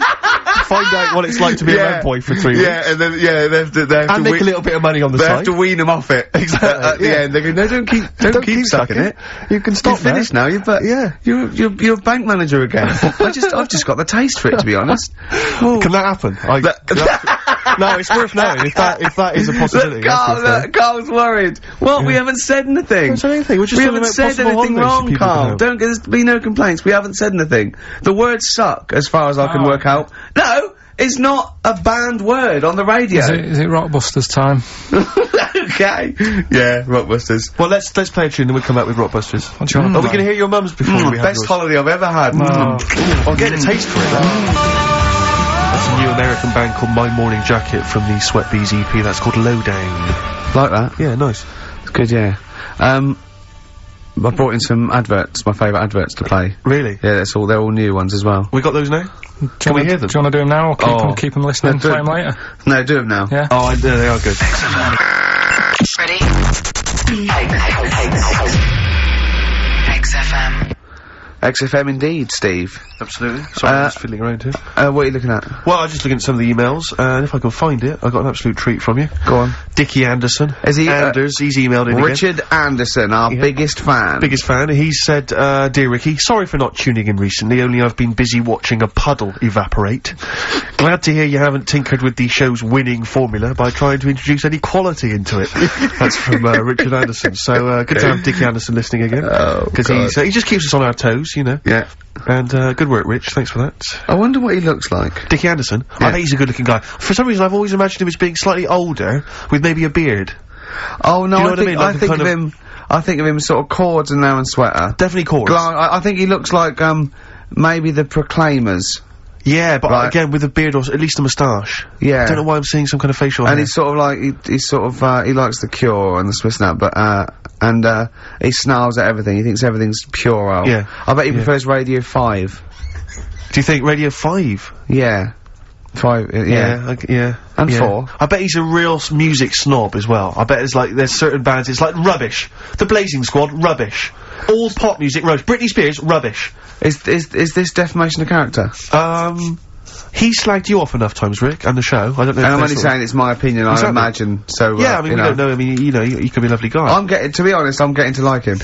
Find out what it's like to be a rent boy for three weeks.
and then, yeah, they have to, they have
And make a little bit of money on the
They
side.
have to wean them off it. (laughs)
Exactly,
At, at
yeah.
the end, they go, no, don't keep, Uh, (laughs) don't, keep, sucking, it.
You can
You're
stop there.
finished now. You're, but
Yeah.
you're, you're you're a bank manager (laughs) again. I just, I've just got the taste for it, to be honest. (laughs) Well,
Can that happen? I, can that- (laughs) no, it's worth knowing if that if
(laughs)
that is a possibility.
Look,
that's
Carl,
worth knowing.
look, Carl's worried. What? We haven't said anything.
haven't said anything, we're just
we haven't
talking about
said
possible
anything
holidays that
wrong,
people can
Carl.
have.
Don't there's be no complaints. We haven't said anything. The word suck, as far as I can
Oh.
work out. No, it's not a banned word on the radio.
Is it, is it Rockbusters time?
(laughs) okay. (laughs) Yeah, Rockbusters.
Well, let's let's play a tune, then we'll come out with Rockbusters.
What do you want
Are we going to hear your mum's before
Mm,
we have
best
yours? Mm.
holiday I've ever had.
No.
I'll get a taste for it. That's a new American band called My Morning Jacket from the Sweat Bees EP. That's called Lowdown.
Like that.
Yeah, nice.
It's good, yeah. Um, I brought in some adverts, my favourite adverts to play.
Really?
Yeah, that's all. They're all new ones as well.
We got those now?
Can
we hear them?
Do you want to do them now, or keep,
Oh.
them, keep them listening and
Let's do
play
it.
them later?
No, do them now.
Yeah.
Oh, I, yeah, they are good.
Ready? XFM.
XFM indeed, Steve.
Absolutely. Sorry,
Uh,
I was fiddling around here.
Uh, what are you looking at?
Well, I was just looking at some of the emails, uh, and if I can find it, I got an absolute treat from you.
Go on.
Dickie Anderson.
Is he, uh,
Anders, he's emailed in again.
Richard Anderson, our biggest fan.
biggest fan. He said, uh, "Dear Ricky, sorry for not tuning in recently. Only I've been busy watching a puddle evaporate. Glad to hear you haven't tinkered with the show's winning formula by trying to introduce any quality
(laughs)
into it." That's from uh, Richard Anderson. So uh, good to have Dickie Anderson listening again
Oh,
because
God.
uh, he just keeps us on our toes, you know.
yeah.
And uh, good work, Rich. Thanks for that.
I wonder what he looks like.
Dickie Anderson. I bet he's a good-looking guy. For some reason, I've always imagined him as being slightly older with maybe a beard.
Oh no,
Do you know
I
what I
think I,
mean? Like a
think of
kind of-
him. I think of him sort of cords and now and sweater.
Definitely chorus.
Gla- I, I think he looks like um maybe the Proclaimers.
yeah, but
Right.
again with a beard or s- at least a moustache.
Yeah.
I don't know why I'm seeing some kind of facial
And
hair.
he's sort of like he, he's sort of uh, he likes the Cure and the Swiss Nut, but uh and uh he snarls at everything. He thinks everything's puerile.
Yeah.
I bet he
Yeah.
prefers Radio Five.
Do you think Radio 5?
Yeah. Five. uh, yeah.
Yeah. I- yeah.
And
yeah.
four.
I bet he's a real s- music snob as well. I bet it's like, there's certain bands, it's like rubbish. The Blazing Squad, rubbish. All pop music, rubbish. Britney Spears, rubbish.
Is is is this defamation of character?
Um, he slagged you off enough times, Rick, and the show. I don't know if
and I'm
they
only
sort of-
saying it's my opinion. I
Exactly.
imagine. So uh,
Yeah, I mean,
you
we don't know, I mean, you know, you, you could be a lovely guy.
I'm getting to be honest. I'm getting to like him.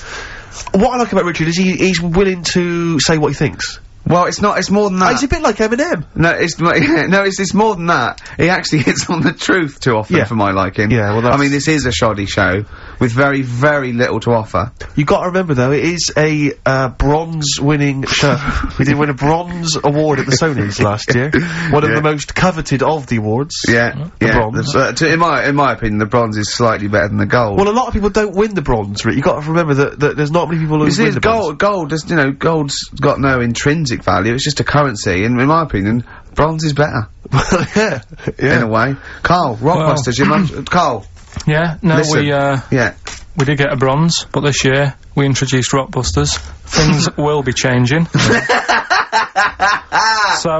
what I like about Richard is he, he's willing to say what he thinks.
Well, it's not. It's more than
Uh,
that.
it's a bit like Eminem.
No, it's mo- (laughs) no, it's, it's more than that. He actually (laughs) hits on the truth too often
Yeah.
for my liking.
Yeah, well, that's-
I mean, this is a shoddy show with very, very little to offer.
You got to remember though, it is a uh, bronze-winning show. we did win a bronze award at the
(laughs)
Sony's last year. One of
Yeah.
the most coveted of the awards.
Yeah,
The
yeah.
bronze.
but to- in my in my opinion, the bronze is slightly better than the gold.
Well, a lot of people don't win the bronze. Rick. You got to remember that, that there's not many people who
You see,
win
it's
the
gold, gold is, you know, gold's got no intrinsic value, it's just a currency, and in my opinion, bronze is better,
bronze. Well, (laughs) yeah, yeah.
in a way. Carl, Rockbusters, your
(coughs)
mum- Carl,
Yeah, no,
Listen.
we uh,
yeah.
we did get a bronze, but this year we introduced Rockbusters.
(laughs)
Things will be changing. so,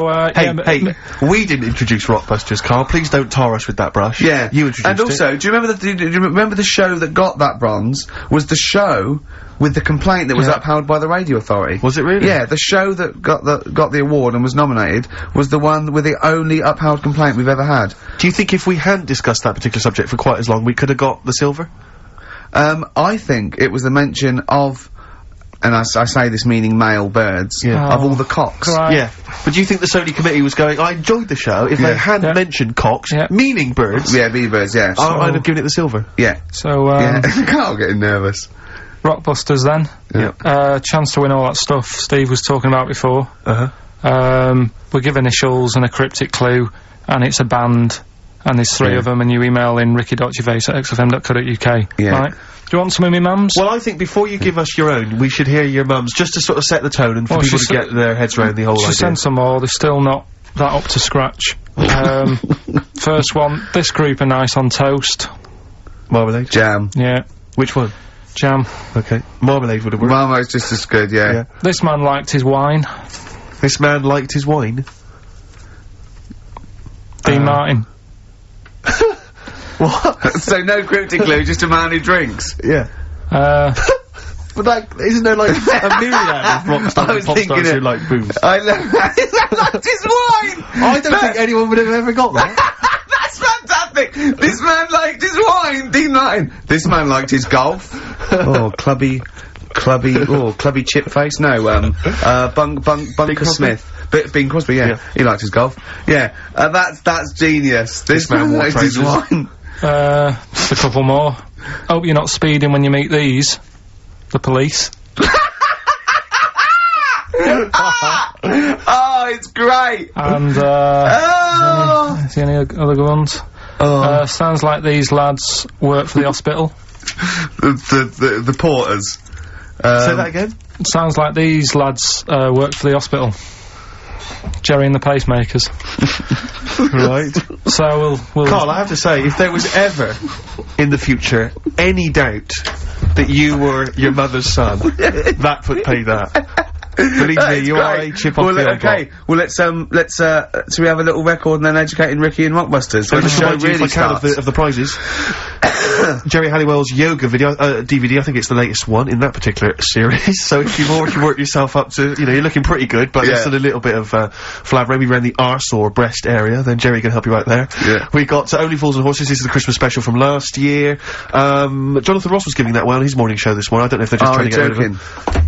uh,
Hey,
yeah, but-
hey, we didn't introduce Rockbusters, Carl. Please don't tar us with that brush.
Yeah,
you introduced
And also, do you remember the do you- do you remember the show that got that bronze was the show with the complaint that was
Yeah.
upheld by the radio authority?
Was it really?
Yeah, the show that got the got the award and was nominated was the one with the only upheld complaint we've ever had.
it. Do you think if we hadn't discussed that particular subject for quite as long, we could have got the silver?
Um, I think it was the mention of, and I, s- I say this meaning male birds,
Yeah.
of
Oh,
all the cocks.
right.
Yeah. But do you think the Sony committee was going, I enjoyed the show, if
Yeah.
they hadn't
Yeah.
mentioned cocks,
Yeah.
meaning birds,
Yeah, bee birds. Yeah,
I, I'd
So-
have given it the silver.
yeah,
So, um,
yeah. (laughs) Carl getting nervous.
Rockbusters then.
Yeah.
Uh, chance to win all that stuff Steve was talking about before.
Uh-huh.
Um, we give initials and a cryptic clue, and it's a band, and there's three of them, and you email in ricky.gervais at xfm.co.uk.
Yeah.
Right? Do you want some of me mums?
Well, I think before you give us your own, we should hear your mum's, just to sort of set the tone and for
Well,
people to
she
get their heads around the whole
She
idea.
sent some more, they're still not that up to scratch. um, first one, this group are nice on toast.
Marmalade?
Jam.
Yeah.
Which one?
Jam.
Okay. Marmalade would have worked.
Marmo's just as good. Yeah. (laughs)
Yeah.
This man liked his wine.
this man liked his wine.
Dean Martin.
What?
so no cryptic clue, just a man who drinks.
yeah.
Uh,
But like, isn't there like a myriad of rock stars
I
and
was
pop
thinking
stars who
it-
like booze?
I love that. his wine.
I don't think anyone would have ever got that.
That's fantastic. This man liked his wine. Dean Martin. This man liked his golf. oh, clubby, clubby. Oh, clubby chip face. No, um, uh, bunk, bunk, bunker
Crosby?
Smith. B- Bing Crosby. Yeah.
Yeah.
he liked his golf. Yeah, uh, that's that's genius. This,
man
man
wore
liked his
trousers.
wine.
Uh, just a couple more. Hope you're not speeding when you meet these. The police.
(laughs) Oh, it's great.
And, uh,
Oh,
is there any o- other good ones?
Um.
Uh, sounds like these lads work for the hospital.
the, the the the porters.
Say
Um,
that again.
Sounds like these lads, uh, work for the hospital. Jerry and the pacemakers.
(laughs) right.
So we'll, we'll-
Carl, I have to say, if there was ever in the future any doubt that you were your mother's son, that would pay that. Believe
That
me,
is
you are a
great.
chip
well,
off the
le-
old block.
Okay, well let's um let's uh so we have a little record and then educating Ricky and Rockbusters.
So
when the
just
show
remind you if
really
I can of
starts.
the, of
(coughs)
the prizes. Jerry Halliwell's yoga video uh, DVD. I think it's the latest one in that particular (laughs) series. so if you've already worked yourself up to, you know, you're looking pretty good, but
Yeah.
there's still a little bit of uh, flab maybe around the arse or breast area. Then Jerry can help you out there.
Yeah.
We got uh, Only Fools and Horses. This is the Christmas special from last year. Um, Jonathan Ross was giving that one on his morning show this morning. I don't know if they're
Oh,
just
Uh,
trying to
you're
get rid of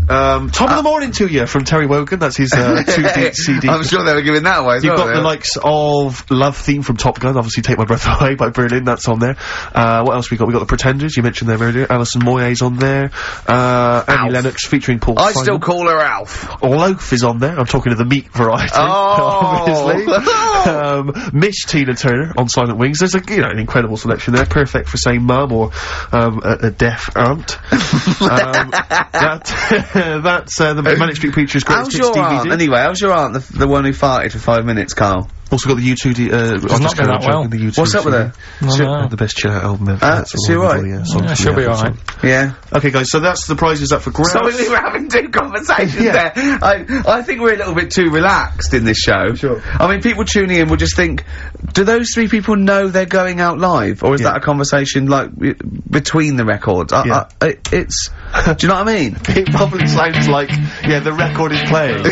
him. Um, Top of the morning to you from Terry Wogan. That's
(laughs)
his uh, two (laughs) D CD.
I'm sure they were giving that away. as
You've
well,
got
yeah.
the likes of Love Theme from Top Gun, obviously Take My Breath Away (laughs) by Berlin, that's on there. Uh, what else we got? We got The Pretenders, you mentioned them earlier. Alison Moyes on there. Uh, Annie
Alf.
Lennox featuring Paul
I
Simon.
still call her Alf.
Loaf is on there. I'm talking of the meat variety,
Oh.
(laughs)
(laughs)
obviously. um, Miss Tina Turner on Silent Wings. There's a you know an incredible selection there, perfect for saying mum or um, a, a deaf
(laughs)
aunt. um, that (laughs) that's uh, the Manic Street Preachers Greatest
How's
Hits
your
DVD.
aunt? Anyway, how's your aunt? The, the one who farted for five minutes, Carl.
Also got the U2. D, uh, I've
not
just
been
kinda
that well.
joking, the U2
What's up with her?
No,
Should-
no.
The best chill out album ever.
Ah,
That's
is she
all
alright?
with all the, uh, songs
Yeah,
from
she'll
the
be
album,
alright.
so-
Yeah.
Okay, guys. So that's the prizes up for grabs.
Sorry,
(laughs)
we were having two conversations
Yeah.
there. I, I think we're a little bit too relaxed in this show.
Sure.
I mean, people tuning in will just think, do those three people know they're going out live, or is
Yeah.
that a conversation like w- between the records? I,
Yeah.
I, it, it's, do you know what I mean?
It probably sounds like yeah, the record is (laughs) playing.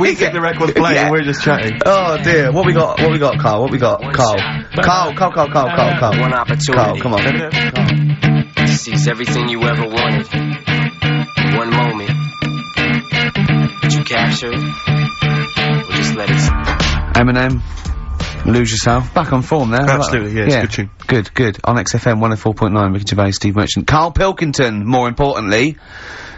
We think the record's playing,
Yeah.
and we're just chatting.
Oh dear, what we got? What we got, Carl? What we got, Carl? Carl, Carl, Carl, Carl, Carl, Carl.
One
Carl,
opportunity
come on.
to seize everything you ever wanted. One moment. Did you capture it? Let it
Eminem, Lose Yourself. Back on form there. I like
Absolutely,
that.
yeah, it's a good tune.
Good, good. On XFM 104.9, Ricky Gervais, Steve Merchant. Carl Pilkington, more importantly.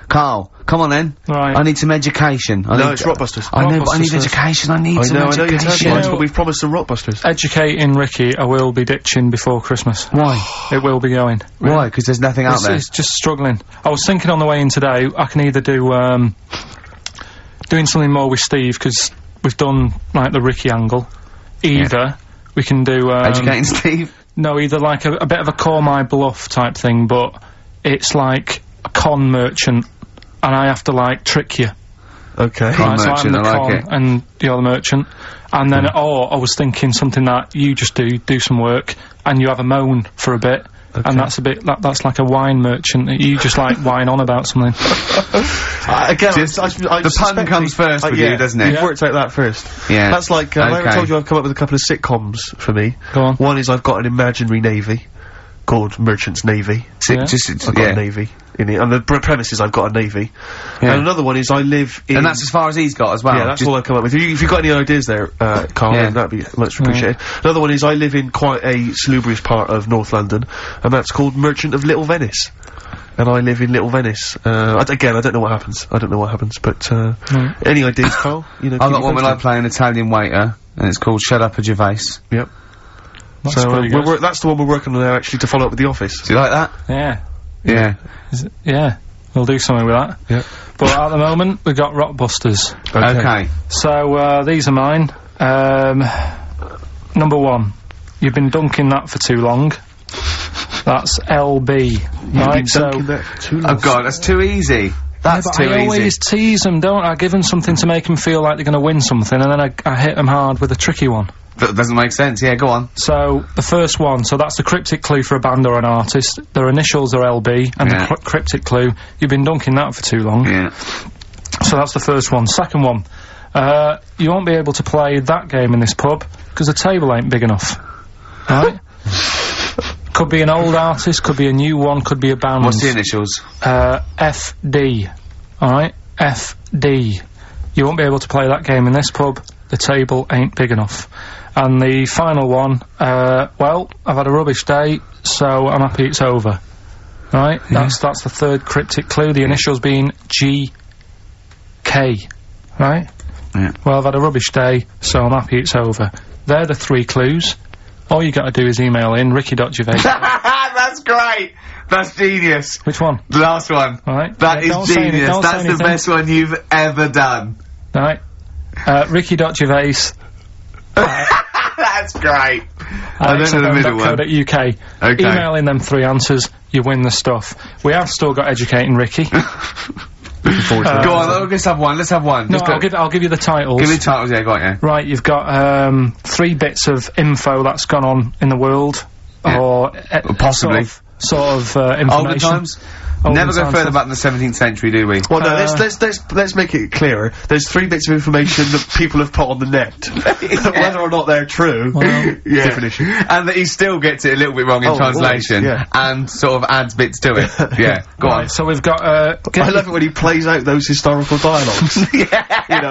Carl, come on then.
Right.
I need some education. I
No,
need-
it's Rockbusters.
I know, but I need
Rockbusters.
education. I need
I
some
know, I know you
education.
told
education.
us, but we've promised some Rockbusters.
Educating Ricky, I will be ditching before Christmas.
Why?
It will be going.
Why? Because there's nothing out
It's,
there.
it's just struggling. I was thinking on the way in today, I can either do um, doing something more with Steve because we've done like the Ricky angle. Either we can do um,
Educating Steve.
no, either like a, a bit of a call my bluff type thing, but it's like a con merchant, and I have to like trick you.
Okay.
Con
so
merchant,
I'm the
I
con
like it.
and the other merchant, and then or I was thinking something that you just do do some work and you have a moan for a bit. And that's a bit. That, that's like a wine merchant. that You just like whine on about something.
I- Uh, again,
Just-
I, I, I
the pun
suspect
comes
the-
first
uh,
with
yeah,
you, doesn't it?
You've
Yeah.
worked out that first.
Yeah.
That's like, uh, I
Okay.
told you I've come up with a couple of sitcoms for me.
Go on.
One is I've got an imaginary navy called Merchant's Navy.
Si-
Yeah.
just- it's-
I've got a
yeah.
navy in it. And the pr- premise is I've got a navy.
Yeah.
And another one is I live in...
And that's as far as he's got as well.
yeah, that's
Just-
all I've come up with. If, you, if you've got any ideas there, uh, Carl,
Yeah.
then that'd be much appreciated. Another one is I live in quite a salubrious part of North London, and that's called Merchant of Little Venice. And I live in Little Venice. Uh, I d- again, I don't know what happens. I don't know what happens, but uh, any ideas, Carl? You know,
I've
keep
got
me
one where I
posted.
play an Italian waiter, and it's called Shut Up a Gervais.
Yep.
That's
so uh,
pretty
we're,
good.
wor- that's the one we're working on now, actually, to follow up with the office.
Do you like that?
yeah,
Yeah.
Is it- yeah. We'll do something with that.
Yep.
But at the moment, we've got Rockbusters.
Okay.
So uh, these are mine. Um, number one, you've been dunking that for too long. That's LB.
You've been
right. So
dunking that for too
Oh
long.
god, that's too easy. That's
But
too
I
easy.
always tease them, don't I? I give them something to make them feel like they're going to win something, and then I, I hit them hard with a tricky one.
That doesn't make sense. Yeah, go on.
So the first one, so that's the cryptic clue for a band or an artist. Their initials are LB, and
Yeah.
the cl- cryptic clue. You've been dunking that for too long.
Yeah.
So that's the first one. Second one, uh, you won't be able to play that game in this pub because the table ain't big enough.
(laughs)
Right? could be an old artist, could be a new one, could be a band.
What's the (laughs) initials?
Uh, FD. Alright? FD. You won't be able to play that game in this pub. The table ain't big enough. And the final one, uh, well, I've had a rubbish day, so I'm happy it's over. Right? That's that's the third cryptic clue, the initials being G K. Right?
Yeah.
Well, I've had a rubbish day, so I'm happy it's over. They're the three clues. All you gotta do is email
(laughs)
in ricky.gervais.
Ah, that's great. That's genius.
Which one?
The last one.
Alright?
That is
don't say any-
genius.
don't say
That's the
anything.
best one you've ever done.
Right. Uh, Ricky Gervais.
That's great. I don't know the middle one.
UK.
Okay.
Email in them three answers. You win the stuff. We have still got educating
(laughs)
Ricky. Uh,
go on, let's have one. Let's have one.
no,
Just go-
I'll give I'll give you the titles.
give me titles. Yeah, go on. Yeah.
right, you've got um, three bits of info that's gone on in the world,
Yeah.
or uh,
possibly.
sort of, sort of uh, information.
Older times.
Older
Never go
times.
further back than the 17th century, do we? (laughs)
Well, no,
Uh,
let's, let's, let's, let's make it clearer. There's three bits of information that people have put on the net. Whether or not they're true,
Well-
(laughs) yeah. different issue.
And that he still gets it a little bit wrong in
Oh, always,
translation,
yeah.
and sort of adds bits to
(laughs)
it. yeah, go on.
Right, so we've got. Uh, get-
I love it when he plays out those historical dialogues. you know,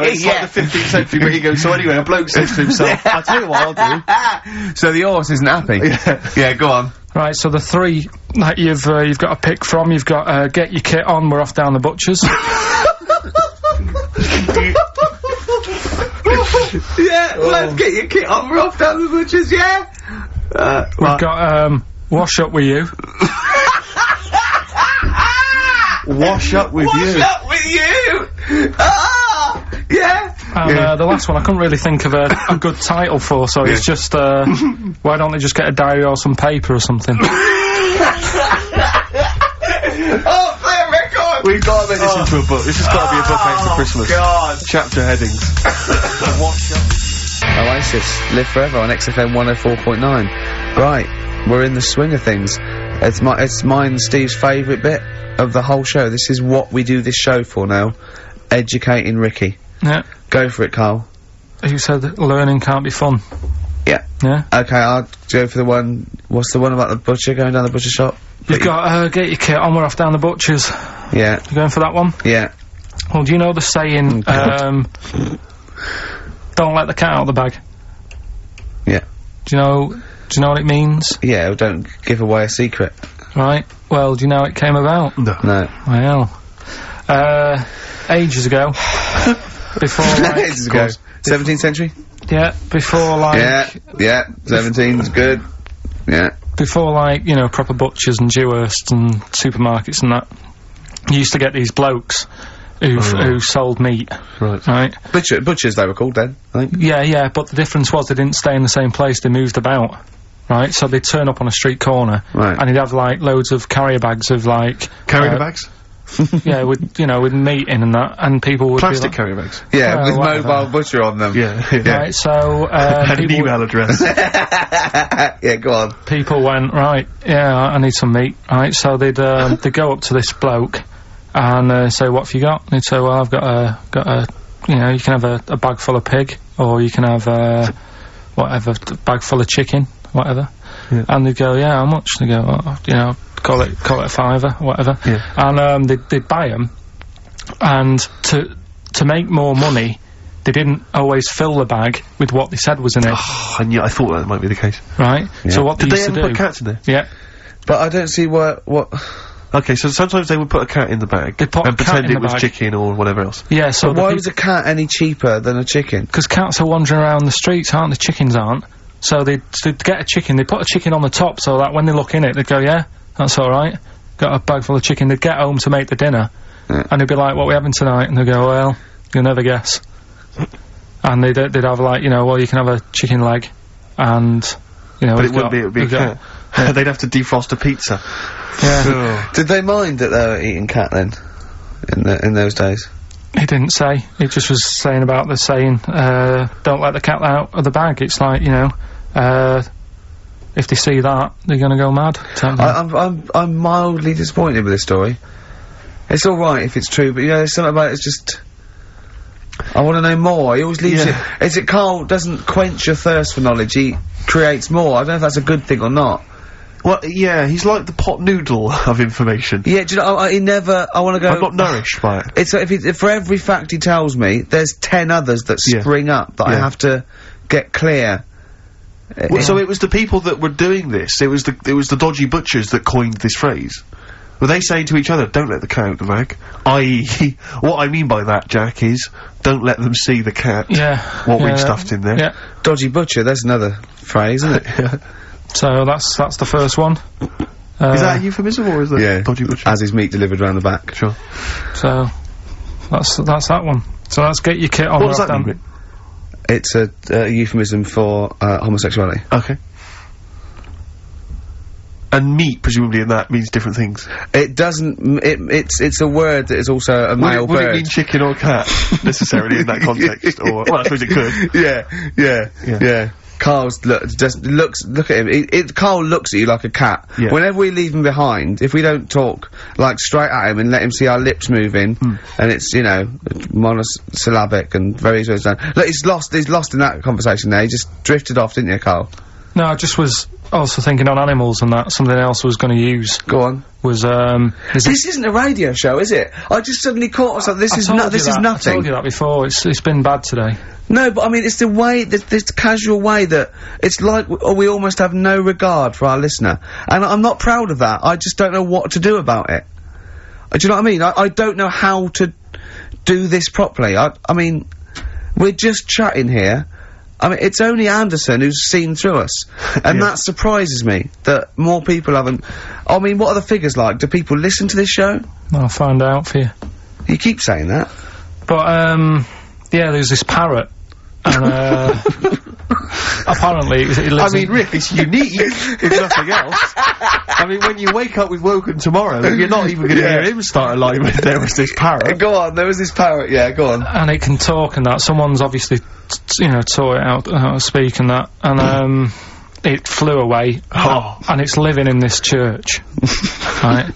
it's
Yeah.
like the 15th century where he goes, so anyway, a bloke says to
(laughs)
himself, I'll tell you what I'll do.
so the horse isn't happy.
Yeah.
yeah, go on.
Right, so the three that you've uh, you've got to pick from, you've got uh, get your kit on. We're off down
(laughs)
the butchers.
Yeah, let's get your kit on. We're off down the butchers, yeah? Uh,
we've got um, wash up with you.
Wash up with
What's
you.
up with you? Ah, yeah.
And uh, the last one, I couldn't really think of a, a good title for, so it's
(laughs)
just, uh, why don't they just get a diary or some paper or something?
Oh, play a record.
We've got to make this into a book. This has got to be a book made for
Oh,
Christmas.
God.
Chapter headings.
Oasis, Live Forever on XFM 104.9. Right, we're in the swing of things. It's my, it's mine and Steve's favourite bit of the whole show. This is what we do this show for now. Educating Ricky.
yeah.
Go for it, Carl.
You said that learning can't be fun.
Yeah.
Yeah.
Okay, I'll go for the one. What's the one about the butcher going down the butcher shop?
You've got, uh, get your kit on, we're off down the butchers.
Yeah,
You going for that one?
yeah.
Well, do you know the saying, um, don't let the cat out of the bag.
Yeah.
Do you know? Do you know what it means?
Yeah, don't give away a secret.
Right. Well, do you know how it came about?
No. (laughs)
Well, uh, ages ago, before like,
Ages ago. 17th century?
yeah, before like,
Yeah, yeah, (laughs) 17's good. Yeah.
before like, you know, proper butchers and Dewhursts and supermarkets and that. You used to get these blokes who
Oh,
who sold meat,
Right.
right?
Butcher, butchers they were called then, I think.
Yeah, yeah, but the difference was they didn't stay in the same place, they moved about. Right, so they'd turn up on a street corner
Right.
and he'd have like loads of carrier bags of like (laughs)
Carrier
uh,
bags?
Yeah, with you know, with meat in and that and people would
Plastic
be
carrier bags.
Yeah,
Oh,
with
whatever.
mobile butcher on them.
Yeah, (laughs)
like,
yeah.
Right, so
(laughs)
uh
Had an
people,
email address.
yeah, go on.
people went, Right, yeah, I I need some meat. Right, so
(laughs)
they'd um they'd go up to this bloke and uh, say, What have you got? And he'd say, Well, I've got a got a you know, you can have a, a bag full of pig or you can have uh whatever a bag full of chicken, whatever.
Yeah.
And they'd go, yeah, how much? They go, oh, you know, call it call it a fiver, whatever.
Yeah.
And um, they'd, they'd buy them, and to to make more money, they didn't always fill the bag with what they said was in it,
oh, (laughs) I knew, I thought that might be the case.
right? So what they
Did they
used
ever
to
put
do,
cats in there?
yeah,
But I don't see what, what,
Okay, so sometimes they would put a cat in the bag
They put a
and
cat
pretend
in
it
the
was
bag.
chicken or whatever else.
yeah. So
why was a cat any cheaper than a chicken?
because cats are wandering around the streets, aren't the chickens aren't? So they'd, they'd get a chicken, they put a chicken on the top so that when they look in it, they'd go, yeah, that's all right. Got a bag full of chicken. They'd get home to make the dinner,
Yeah.
and they'd be like, "What we having tonight?" And they'd go, "Well, you'll never guess." And they'd they'd have like you know, well, you can have a chicken leg, and you know,
But
we've
it wouldn't
got-
be, it would be a
we've (laughs) got-
cat. (laughs) They'd have to defrost a
(laughs)
pizza. (laughs)
Yeah,
Did they mind that they were eating cat then? In the, in those days?
he didn't say. It just was saying about the saying, uh, "Don't let the cat out of the bag." It's like you know, uh, if they see that, they're gonna go mad. type thing.
I, I'm, I'm, I'm mildly disappointed with this story. It's all right if it's true, but you know, there's something about it's just. I want to know more. He always leaves
Yeah.
it. Is it Carl doesn't quench your thirst for knowledge? He creates more. I don't know if that's a good thing or not.
Well, yeah, he's like the pot noodle (laughs) of information.
Yeah, do you know? I, I, he never. I want to go.
I'm not nourished
(laughs)
by it.
It's if, he, if for every fact he tells me, there's ten others that
Yeah.
spring up that I
Yeah.
have to get clear. Uh,
Well,
it-
So it was the people that were doing this. It was the it was the dodgy butchers that coined this phrase. Were they saying to each other, "Don't let the cat out the bag"? I.e., (laughs) what I mean by that, Jack, is don't let them see the cat.
Yeah.
What
(laughs) yeah,
we've stuffed in there. (laughs)
Yeah.
dodgy butcher. That's another phrase, isn't it?
So that's that's the first one. Uh,
Is that a euphemism or is that
Yeah.
dodgy butcher?
As his meat delivered round the back.
sure.
So that's that's that one. So let's get your kit on.
What does
we're
that
off
mean?
then.
Rick?
It's a, uh euphemism for uh, homosexuality.
Okay. And meat, presumably, in that means different things.
It doesn't. m- It, it's it's a word that is also a
Would
male
it, would it
bird.
mean chicken or (laughs) cat necessarily in that context? Or well, I suppose it
(laughs)
could.
yeah, yeah,
Yeah.
yeah. Carl's look just looks look at him. It, it, Carl looks at you like a cat.
Yeah.
Whenever we leave him behind, if we don't talk like straight at him and let him see our lips moving, and it's you know monosyllabic and very very slow. Look, he's lost. He's lost in that conversation. There, he just drifted off, didn't you, Carl?
No, I just was also thinking on animals and that something else I was going to use
Go on.
was um. is it-
This isn't a radio show, is it? I just suddenly caught myself. This
I
is
told
no,
you
This
that-
is
I
nothing.
told you that before. It's it's been bad today.
No, but I mean, it's the way, this, this casual way that it's like w- we almost have no regard for our listener. And I'm not proud of that. I just don't know what to do about it. Uh, Do you know what I mean? I, I don't know how to do this properly. I, I mean, we're just chatting here. I mean, it's only Anderson who's seen through us. (laughs) And
Yeah.
that surprises me that more people haven't. I mean, what are the figures like? Do people listen to this show?
I'll find out for you.
You keep saying that.
But um, yeah, there's this parrot. And,
(laughs)
uh, apparently, it, it
I
lives in-
mean, Rick, it's unique, if nothing else. I mean, when you wake up with Woken tomorrow, you're not even going to hear him start a line with there was this parrot.
Go on, there was this parrot. Yeah, go on.
and it can talk and that. Someone's obviously, t- t- you know, taught it how, how to speak and that. And um, it
(laughs)
flew away,
Oh.
and it's living in this church, right?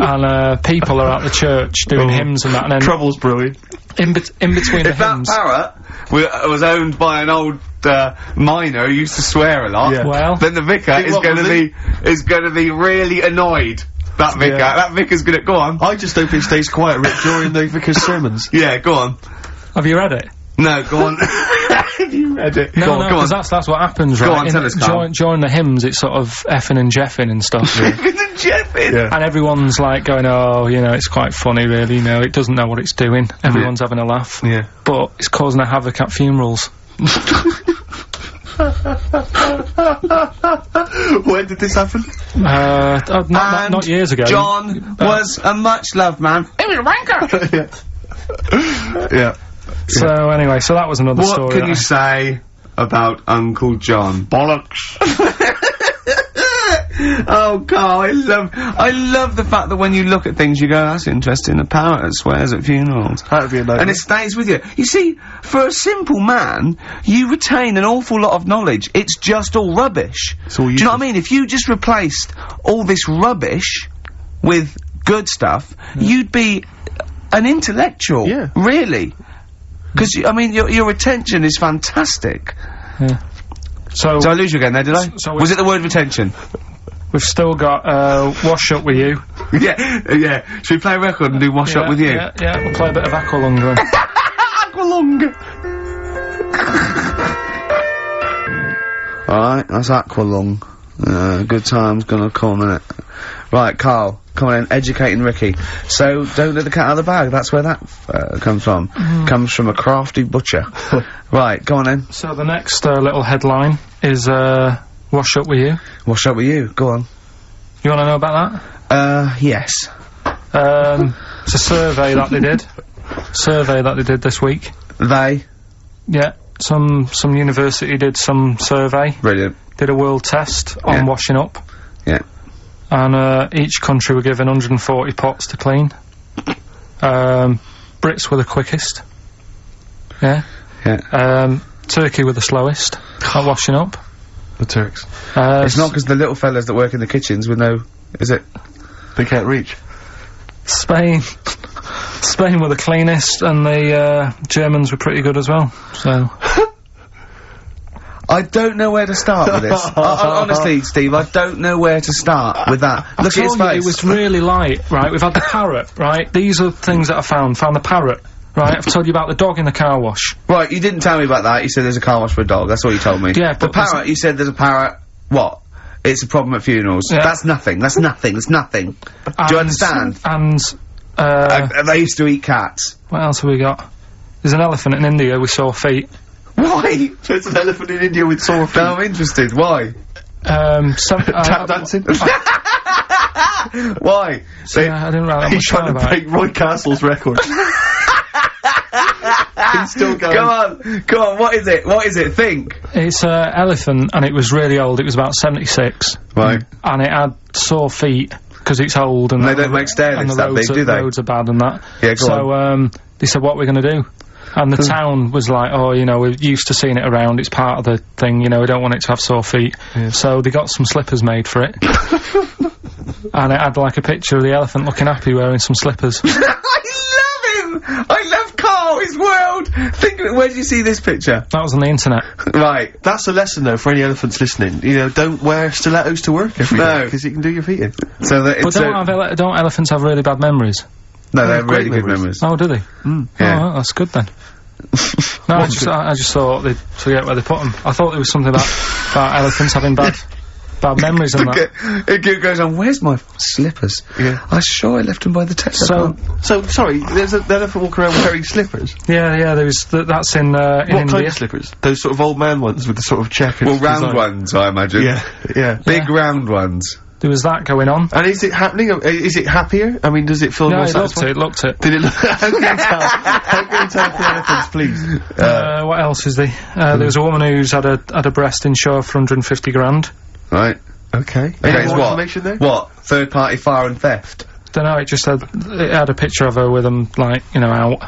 And uh, people are at the church doing
Oh.
hymns and that. And then
oh. Trouble's brewing.
in, bet in between the
If that
hymns,
parrot
uh,
wa- was owned by an old uh, miner who used to swear a lot,
Yeah.
Well-
then the vicar
Think
is
what
going to
was
be is going to be really annoyed. That vicar,
Yeah.
that vicar's going to go on.
I just hope he stays quiet, Rick, during the vicar's sermons.
Yeah, go on.
(laughs)
have you read it?
No, go on.
Have you read it?
No,
go on,
no,
go on.
because that's that's what happens, right?
Go on,
In-
tell us, Carl.
during, during the hymns, it's sort of effing and jeffing and
(laughs)
stuff,
Because of Jeff in.
Yeah.
and everyone's like going, "Oh, you know, it's quite funny, really. You know, it doesn't know what it's doing. Everyone's having a laugh,
Yeah.
but it's causing a havoc at funerals."
when did this happen?
Uh, uh, not, not,
And
not years ago.
John was a much loved man.
yeah. yeah.
So anyway, so that was another
What
story.
can
that
you
I-
say about Uncle John?
Bollocks.
oh, Carl, I love, I love the fact that when you look at things, you go, "That's interesting." The parrot that swears at funerals,
That'd be a nightmare.
and it stays with you. You see, for a simple man, you retain an awful lot of knowledge. It's just all rubbish. Do you
all
know
useless.
what I mean? If you just replaced all this rubbish with good stuff, you'd be an intellectual.
Yeah.
Really. Because, I mean, your, your attention is fantastic.
so
Did I lose you again there, did I?
so we-
was it the word retention? (laughs)
we've still got uh, wash up with you.
yeah, uh, yeah. Should we play a record and do Wash
Yeah,
Up With You?
Yeah, yeah, we'll play a bit
(laughs)
of Aqualung. then.
Alright, that's Aqualung. Uh, good time's gonna come, innit? Right, Carl, come on in, educating Ricky. So, don't let the cat out of the bag, that's where that uh, comes from. Comes from a crafty (laughs) butcher. right, go on then.
so the next uh, little headline is uh, wash up with you.
Wash Up With You, go on.
You want to know about that?
Uh, yes. (laughs)
Um, it's a survey that they did. Survey that they did this week.
They.
Yeah, some some university did some survey,
Brilliant.
did a world test on
Yeah.
washing up,
Yeah.
and uh, each country were given 140 pots to clean. Um, Brits were the quickest. Yeah.
Yeah.
Um, Turkey were the slowest at washing up.
the Turks.
Uh,
It's not because the little fellas that work in the kitchens with no. Is it?
They can't reach.
Spain. (laughs) Spain were the cleanest, and the uh, Germans were pretty good as well. So.
I don't know where to start with (laughs) this. I, I- honestly, Steve, I don't know where to start with that. Look at his
told you
face.
It was really light, right? We've had the parrot, right? These are things that I found. Found the parrot, right? I've told you about the dog in the car wash.
Right, you didn't tell me about that. You said there's a car wash for a dog. That's all you told me.
Yeah,
the
but that's-
parrot. You said there's a parrot. What? It's a problem at funerals.
Yeah.
That's nothing. That's nothing. That's nothing.
And,
Do you understand?
And uh,
Uh, they used to eat cats.
what else have we got? There's an elephant in India. We saw feet.
Why?
There's an elephant in India with sore
Now I'm interested. Why?
Um,
(laughs)
some, I-
Tap dancing.
Why? They-
Yeah, I didn't write that
He's
much
trying
down
to
about it.
break Roy Castle's record. He's still going.
Come Ah. on, come on. What is it? What is it? Think.
It's an elephant, and it was really old. It was about 76,
Right.
and it had sore feet because it's old. And
They
the-
don't make stair
and
lifts
the
that
roads
big,
are,
do they?
roads are bad and that.
Yeah, go
so, um, they said, what are we going to do? And the town was like, oh, you know, we're used to seeing it around, it's part of the thing, you know, we don't want it to have sore feet. So they got some slippers made
(laughs)
for it. and it had like a picture of the elephant looking happy wearing some slippers.
I love him. I love Carl. His world. Think. of it. Where did you see this picture?
that was on the internet.
right.
That's a lesson though for any elephants listening. You know, don't wear stilettos to work every
No.
because you can do your feet in.
So that
But
it's
don't,
a,
have ele- don't elephants have really bad memories?
no, they're
great
really
Uh-huh.
good
memories.
memories.
Oh, do they?
Yeah.
Oh, well, that's
(laughs)
good then. no, I just, I, I just thought they'd forget where they put them. I thought there was something about, about elephants having bad, bad memories and that.
It go- goes on. Where's my slippers?
Yeah.
I sure I left them by the test.
So,
So sorry, there's a, the elephant walking around wearing slippers.
Yeah, yeah, there was th- that's in uh, in
what kind
India.
of slippers? Those sort of old man ones with the sort of check.
well, round ones, I imagine.
Yeah, yeah.
Big
Yeah.
round ones.
There was that going on.
And is it happening? Uh, Is it happier? I mean, does it feel
No,
more
it looked it.
satisfying?
It looked it.
Did it look? (laughs) How can you tell? How can you tell the elephants, please?
Uh, what else is there? Uh, There was a woman who's had a had a breast insured for 150 grand.
Right.
Okay.
Okay,
Any
it's
more
what?
information there?
What? Third party fire and theft.
Don't know. It just had it had a picture of her with them, like you
(laughs)
know, out.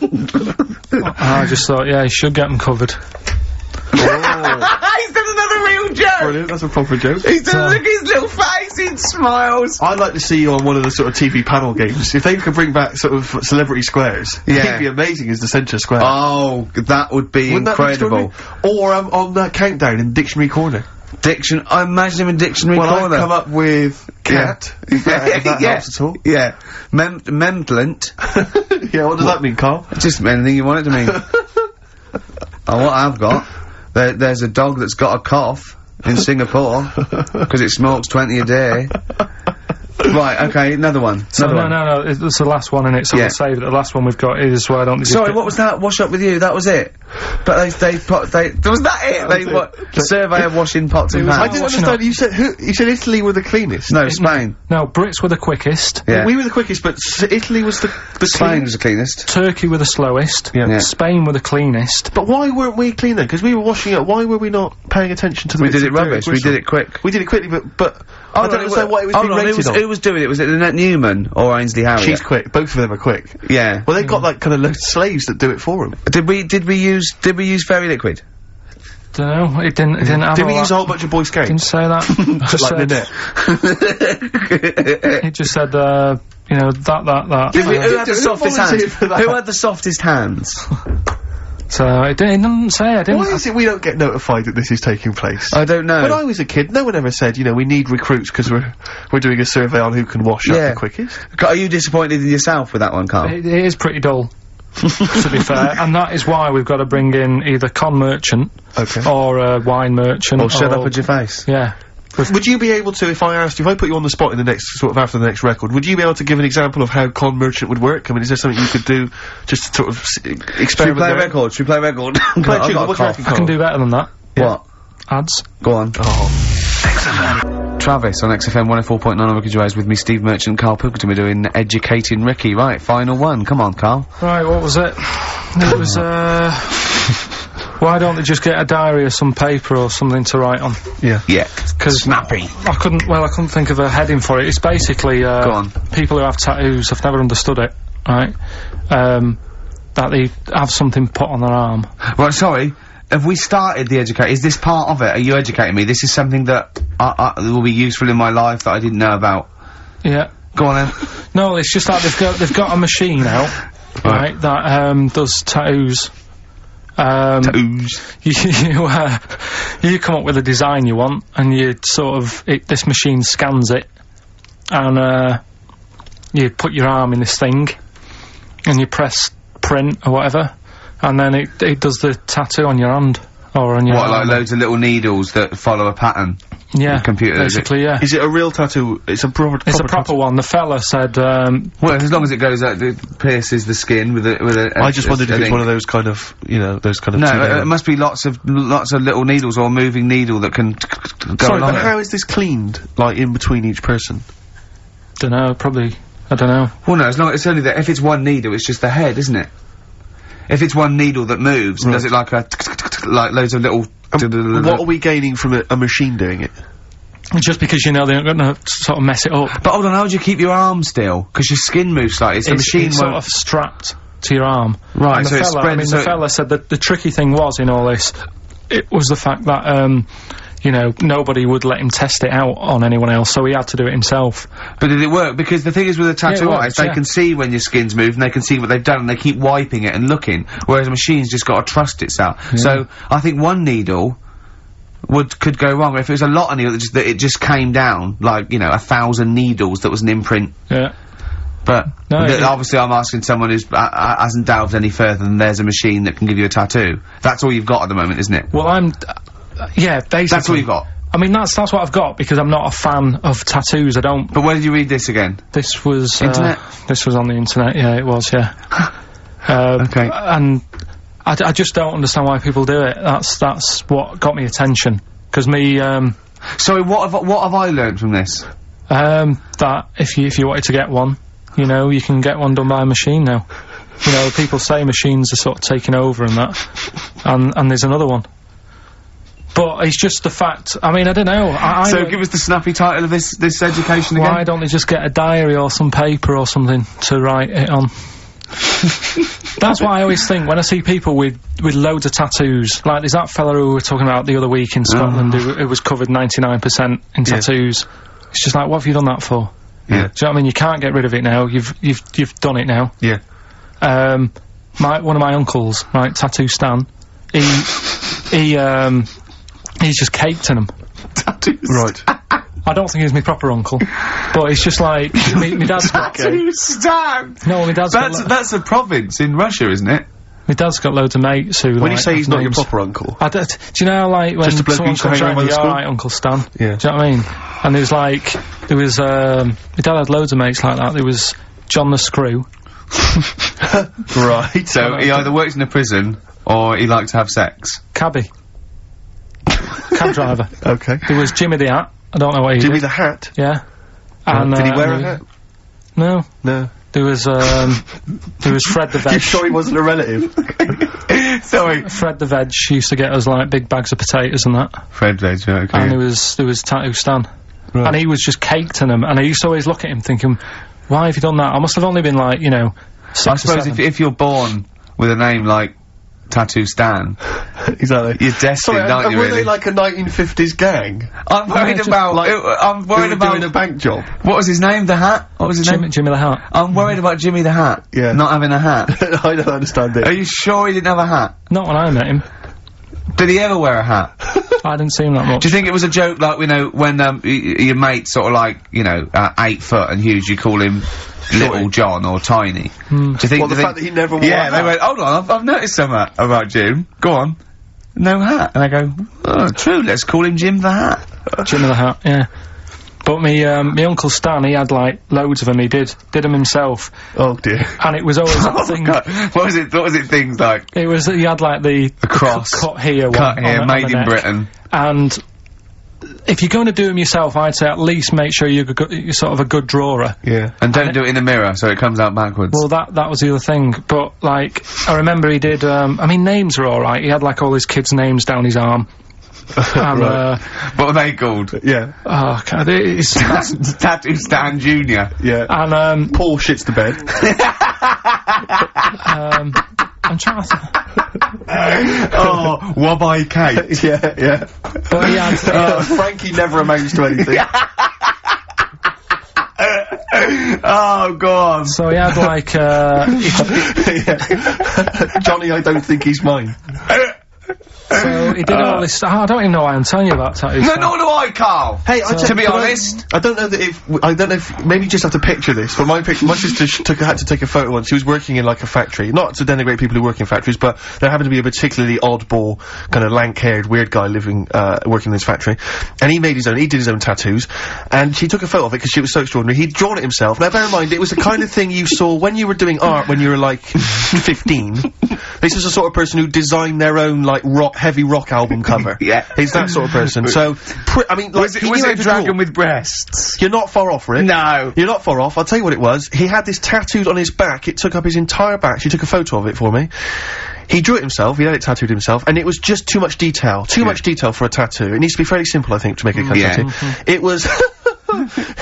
And I just thought, yeah, you should get them covered.
Oh.
(laughs) He's done another real joke.
Brilliant. That's a proper joke.
He's done. Look at his little face. He smiles.
I'd like to see you on one of the sort of TV panel games. If they could bring back sort of celebrity squares,
Yeah.
it'd be amazing as the centre square.
Oh, that would be
Wouldn't that be
incredible.
extraordinary? or um, on that countdown in Dictionary Corner.
Diction. I imagine him in dictionary
Well,
corner. (laughs)
I've come up with
yeah.
(laughs) cat. If that, if that
yeah.
helps at all.
Yeah. Mem- memdlent.
yeah, what does that mean, Carl? (laughs)
Just anything you want it to mean. Oh, what I've got, there, there's a dog that's got a cough in
(laughs)
Singapore because it smokes 20 a day. right, okay, another one.
No,
another
no,
one.
no, no, it's, it's the last one, in it? So
Yeah.
we'll save it. The last one we've got is where I don't think you've
Sorry,
got-
what was that? Wash up with you. That was it. But they, they, put, they, was that it? they,
was
what?
it.
The survey of washing pots and
I
pans.
didn't
washing
understand. You said who? You said Italy were the cleanest.
No, Spain.
No, Brits were the quickest.
Yeah.
We were the quickest, but S- Italy was the the
Spain was the cleanest.
cleanest.
Turkey were the slowest.
Yeah.
Yeah.
Spain were the cleanest.
But why weren't we clean then? Because we were washing up. Why were we not paying attention to the?
We
bits
did it
of dirty
rubbish. We
gristle?
did it quick.
We did it quickly, but but I
Hold
don't
on,
understand
wa-
why it was
hold
being
on, who
rated
was,
on.
who was doing Oh, it? Was it Lynette Newman or Ainsley Harriott?
She's quick. Both of them are quick.
yeah.
Well, they've got like kind of loads of slaves that do it for them.
Did we did we use did we use fairy liquid?
Don't know. It didn't. It didn't have.
Did
all
we use a
that.
whole bunch of Boy Scouts?
Didn't
(laughs)
say that. Just
like
said-
Lynette.
It just said, uh, you know, that, that, that.
Who
did-
had the
who
softest
volunteered
hands?
for that?
Who had the softest hands?
So it didn't, it didn't say. I didn't.
Why is it we don't get notified that this is taking place?
I don't know.
When I was a kid, no one ever said, you know, we need recruits because we're we're doing a survey on who can wash up
Yeah.
the quickest.
Ca- Are you disappointed in yourself with that one, Carl?
It, it is pretty dull. to
(laughs)
be fair, and that is why we've got to bring in either con merchant
Okay.
or a wine merchant.
Or shut up with Oh, your face.
Yeah.
Would you be able to, if I asked, if I put you on the spot in the next sort of after the next record, would you be able to give an example of how con merchant would work? I mean, is there something you could do just to sort of s- e-
Should we
experiment?
play a
there?
record? Should we play a record? (laughs) I've
Play a
got
tune.
a
What do you
cough.
reckon,
I
Carl?
can do better than that.
What?
Ads.
Go on.
Oh,
Travis on XFM 104.9 on Ricky Gervais with me, Steve Merchant, Carl Pilkington. We're doing Educating Ricky. Right, final one. Come on, Carl.
Right, what was it? It
(laughs)
was, uh... Why don't they just get a diary or some paper or something to write on?
yeah.
Yeah.
Because
Snappy.
I couldn't. Well, I couldn't think of a heading for it. It's basically uh,
Go on.
people who have tattoos. I've never understood it. Right, um, that they have something put on their arm.
Right, sorry. Have we started the educate? Is this part of it? Are you educating me? This is something that I, I, will be useful in my life that I didn't know about.
Yeah.
Go on then.
No, it's just like they've got they've got a machine out, right? That um, does tattoos. Um,
(laughs) Ooze.
(laughs) you you, uh, you come up with a design you want, and you sort of it, this machine scans it, and uh, you put your arm in this thing, and you press print or whatever, and then it it does the tattoo on your hand or on your
What, like
arm.
loads of little needles that follow a pattern?
yeah
computer, is it?
basically yeah.
Is it a real tattoo? It's a proper.
It's a proper
tattoo.
one. The fella said, um,
Well, as long as it goes out, it pierces the skin with a. With a
I just wondered if it's one of
the.
those kind of, you know, those kind of.
No, uh,
two-layer-
it, it must be lots of lots of little needles or a moving needle that can t- t- go
Sorry,
along.
but
it.
how is this cleaned? Like in between each person?
"Don't know, probably, I don't know."
Well, no, it's not. It's only that if it's one needle, it's just the head, isn't it? If it's one needle that moves, and does it like a like loads of little.
What are we gaining from a, a machine doing it?
Just because you know they're not going to sort of mess it up.
But hold on, how do you keep your arm still? Because your skin moves slightly. It's the
it's,
machine
it's
won't.
sort of strapped to your arm.
Right,
And the
so it
fella, I
spreads-
mean,
so
the
it-
fella said that the tricky thing was in all this, it was the fact that, um, you know, nobody would let him test it out on anyone else, so he had to do it himself.
But did it work? Because the thing is with a tattoo
works,
artist, they
yeah.
can see when your skin's moved and they can see what they've done and they keep wiping it and looking. Whereas a machine's just got to trust itself. So I think one needle would could go wrong. If it was a lot of needles, that just, that it just came down like you know a thousand needles that was an imprint.
Yeah.
But
No,
th-
it-
obviously, I'm asking someone who's uh, uh, hasn't delved any further than there's a machine that can give you a tattoo. That's all you've got at the moment, isn't it?
Well, I'm. uh, yeah, basically.
That's all you've got.
I mean, that's that's what I've got because I'm not a fan of tattoos. I don't.
But where did you read this again?
This was uh,
Internet?
This was on the internet. Yeah, it was.
(laughs)
Yeah. um,
Okay.
And I, d- I just don't understand why people do it. That's that's what got me attention because me. Um,
Sorry, what have what have I learned from this?
Um, that if you if you wanted to get one, you know, you can get one done by a machine now. You know, people say machines are sort of taking over and that, and and there's another one. But it's just the fact. I mean, I don't know. I, I
so
don't-
give us the snappy title of this this education again.
why don't they just get a diary or some paper or something to write
(laughs)
it on? That's why I always think when I see people with with loads of tattoos, like there's that fella who we were talking about the other week in
Ah.
Scotland who, who was covered 99% in tattoos. It's just like, what have you done that for?
Yeah.
Do you know what I mean? You can't get rid of it now. You've you've you've done it now.
Yeah.
Um, my one of my uncles, right, tattoo Stan, he he um he's just caked in them.
Right.
I don't think he's my proper uncle, but it's just like
(laughs)
me, my dad's got
Tattoo Stan.
no, my dad's got
That's
lo-
that's a province in Russia, isn't it?
My dad's got loads of mates who.
When
like,
you say
have
he's not your
names-
proper uncle,
I don't, do you know, like, when
Just a bloke who
someone
used to
comes
hang around
around with
with
you,
the
alright, Uncle Stan.
Yeah.
Do you know what I mean? And there was like, there was, um, my dad had loads of mates like that. There was John the Screw.
right?
So he either works in a prison or he likes to have
(laughs)
sex.
Cabby. Cab driver.
okay.
There was Jimmy the Hat. I don't know what he
Jimmy
did.
the Hat.
yeah.
Did he
uh,
wear a hat?
No.
No.
There was, um, there was Fred
(laughs)
the
You
Veg.
sure he wasn't a relative?
Sorry.
Fred the Veg used to get us, like, big bags of potatoes and that.
Fred Veg, okay.
And there was, there was Tattoo Stan.
Right.
And he was just caked in them. And I used to always look at him thinking, why have you done that? I must have only been, like, you know, six
I
or
suppose
seven.
if, if you're born with a name like Tattoo Stan,
exactly.
you're destined,
Sorry, and-
aren't
and
you,
were
really?
they like a 1950s gang?
I'm
Yeah,
worried
just
about,
like-
it- I'm
Who
worried
were
about,
doing a bank job.
what was his name, the hat? What was his
Jimmy,
name?
Jimmy the Hat.
I'm worried about Jimmy the Hat.
Yeah.
Not having a hat.
I don't understand
Are
it.
you sure he didn't have a hat?
Not when I met him.
Did he ever wear a hat?
I didn't see him that much.
Do you think it was a joke, like, you know, when, um, y- y- your mate sort of like, you know, uh, eight foot and huge, you call him Little John or Tiny? Do
Hmm.
you think-
Well, the
do you
fact that
think-
he never wore
Yeah,
a
they
hat.
went, hold on, I've, I've noticed something about Jim. Go on. No hat. And I go, oh, true, let's call him Jim the Hat. (laughs)
Jimmy the Hat, yeah. But me, um, me uncle Stan, he had like loads of them. He did did them himself,
Oh dear.
and it
(laughs)
was always
Oh,
that thing.
God. What was it, what was it things like?
It was he had like the, the
cross.
cut, cut here, one
Cut
on
here,
the- on
made
the
in
neck.
Britain.
And if you're going to do them yourself, I'd say at least make sure you're, go- you're sort of a good drawer.
Yeah.
And don't do it in the mirror so it comes out backwards.
Well, that that was the other thing. But like, I remember he did. Um, I mean, names are all right. He had like all his kids' names down
(laughs)
his arm. And, uh,
what were they called? (laughs)
Yeah.
oh God, it's,
Tattoo Stan Junior.
Yeah.
and um,
Paul shits the bed.
um, I'm trying to. Th-
oh, Wabai Kate.
(laughs) yeah, yeah.
But he had, he had-
Uh, Frankie never amounts to anything.
Oh God.
so he had like uh, he-
(laughs) Yeah. Johnny, I don't think he's mine.
so he did all this. I don't even know why I'm telling you about tattoos.
Uh, No, nor do I, Carl.
Hey, I
to be
but I-
honest,
I, don't know that if I don't know if maybe you just have to picture this. But my picture, my sister sh- took had to take a photo once. She was working in like a factory, not to denigrate people who work in factories, but there happened to be a particularly oddball, kind of lank-haired, weird guy living uh, working in this factory, and he made his own. He did his own tattoos, and she took a photo of it because she was so extraordinary. He'd drawn it himself. Now, bear in mind, it was the kind of thing you saw when you were doing art when you were like fifteen. This is the sort of person who designed their own like rock, heavy rock album cover.
(laughs) Yeah.
he's that sort of person. So, pr- I mean, like,
was it,
he
was it
knew how
a
to
dragon
draw.
with breasts?
You're not far off, Rick.
No.
You're not far off. I'll tell you what it was. He had this tattooed on his back. It took up his entire back. She took a photo of it for me. He drew it himself. He had it tattooed himself. And it was just too much detail. Too much detail for a tattoo. It needs to be fairly simple, I think, to make a kind
Mm, yeah. Mm-hmm.
of tattoo. It was...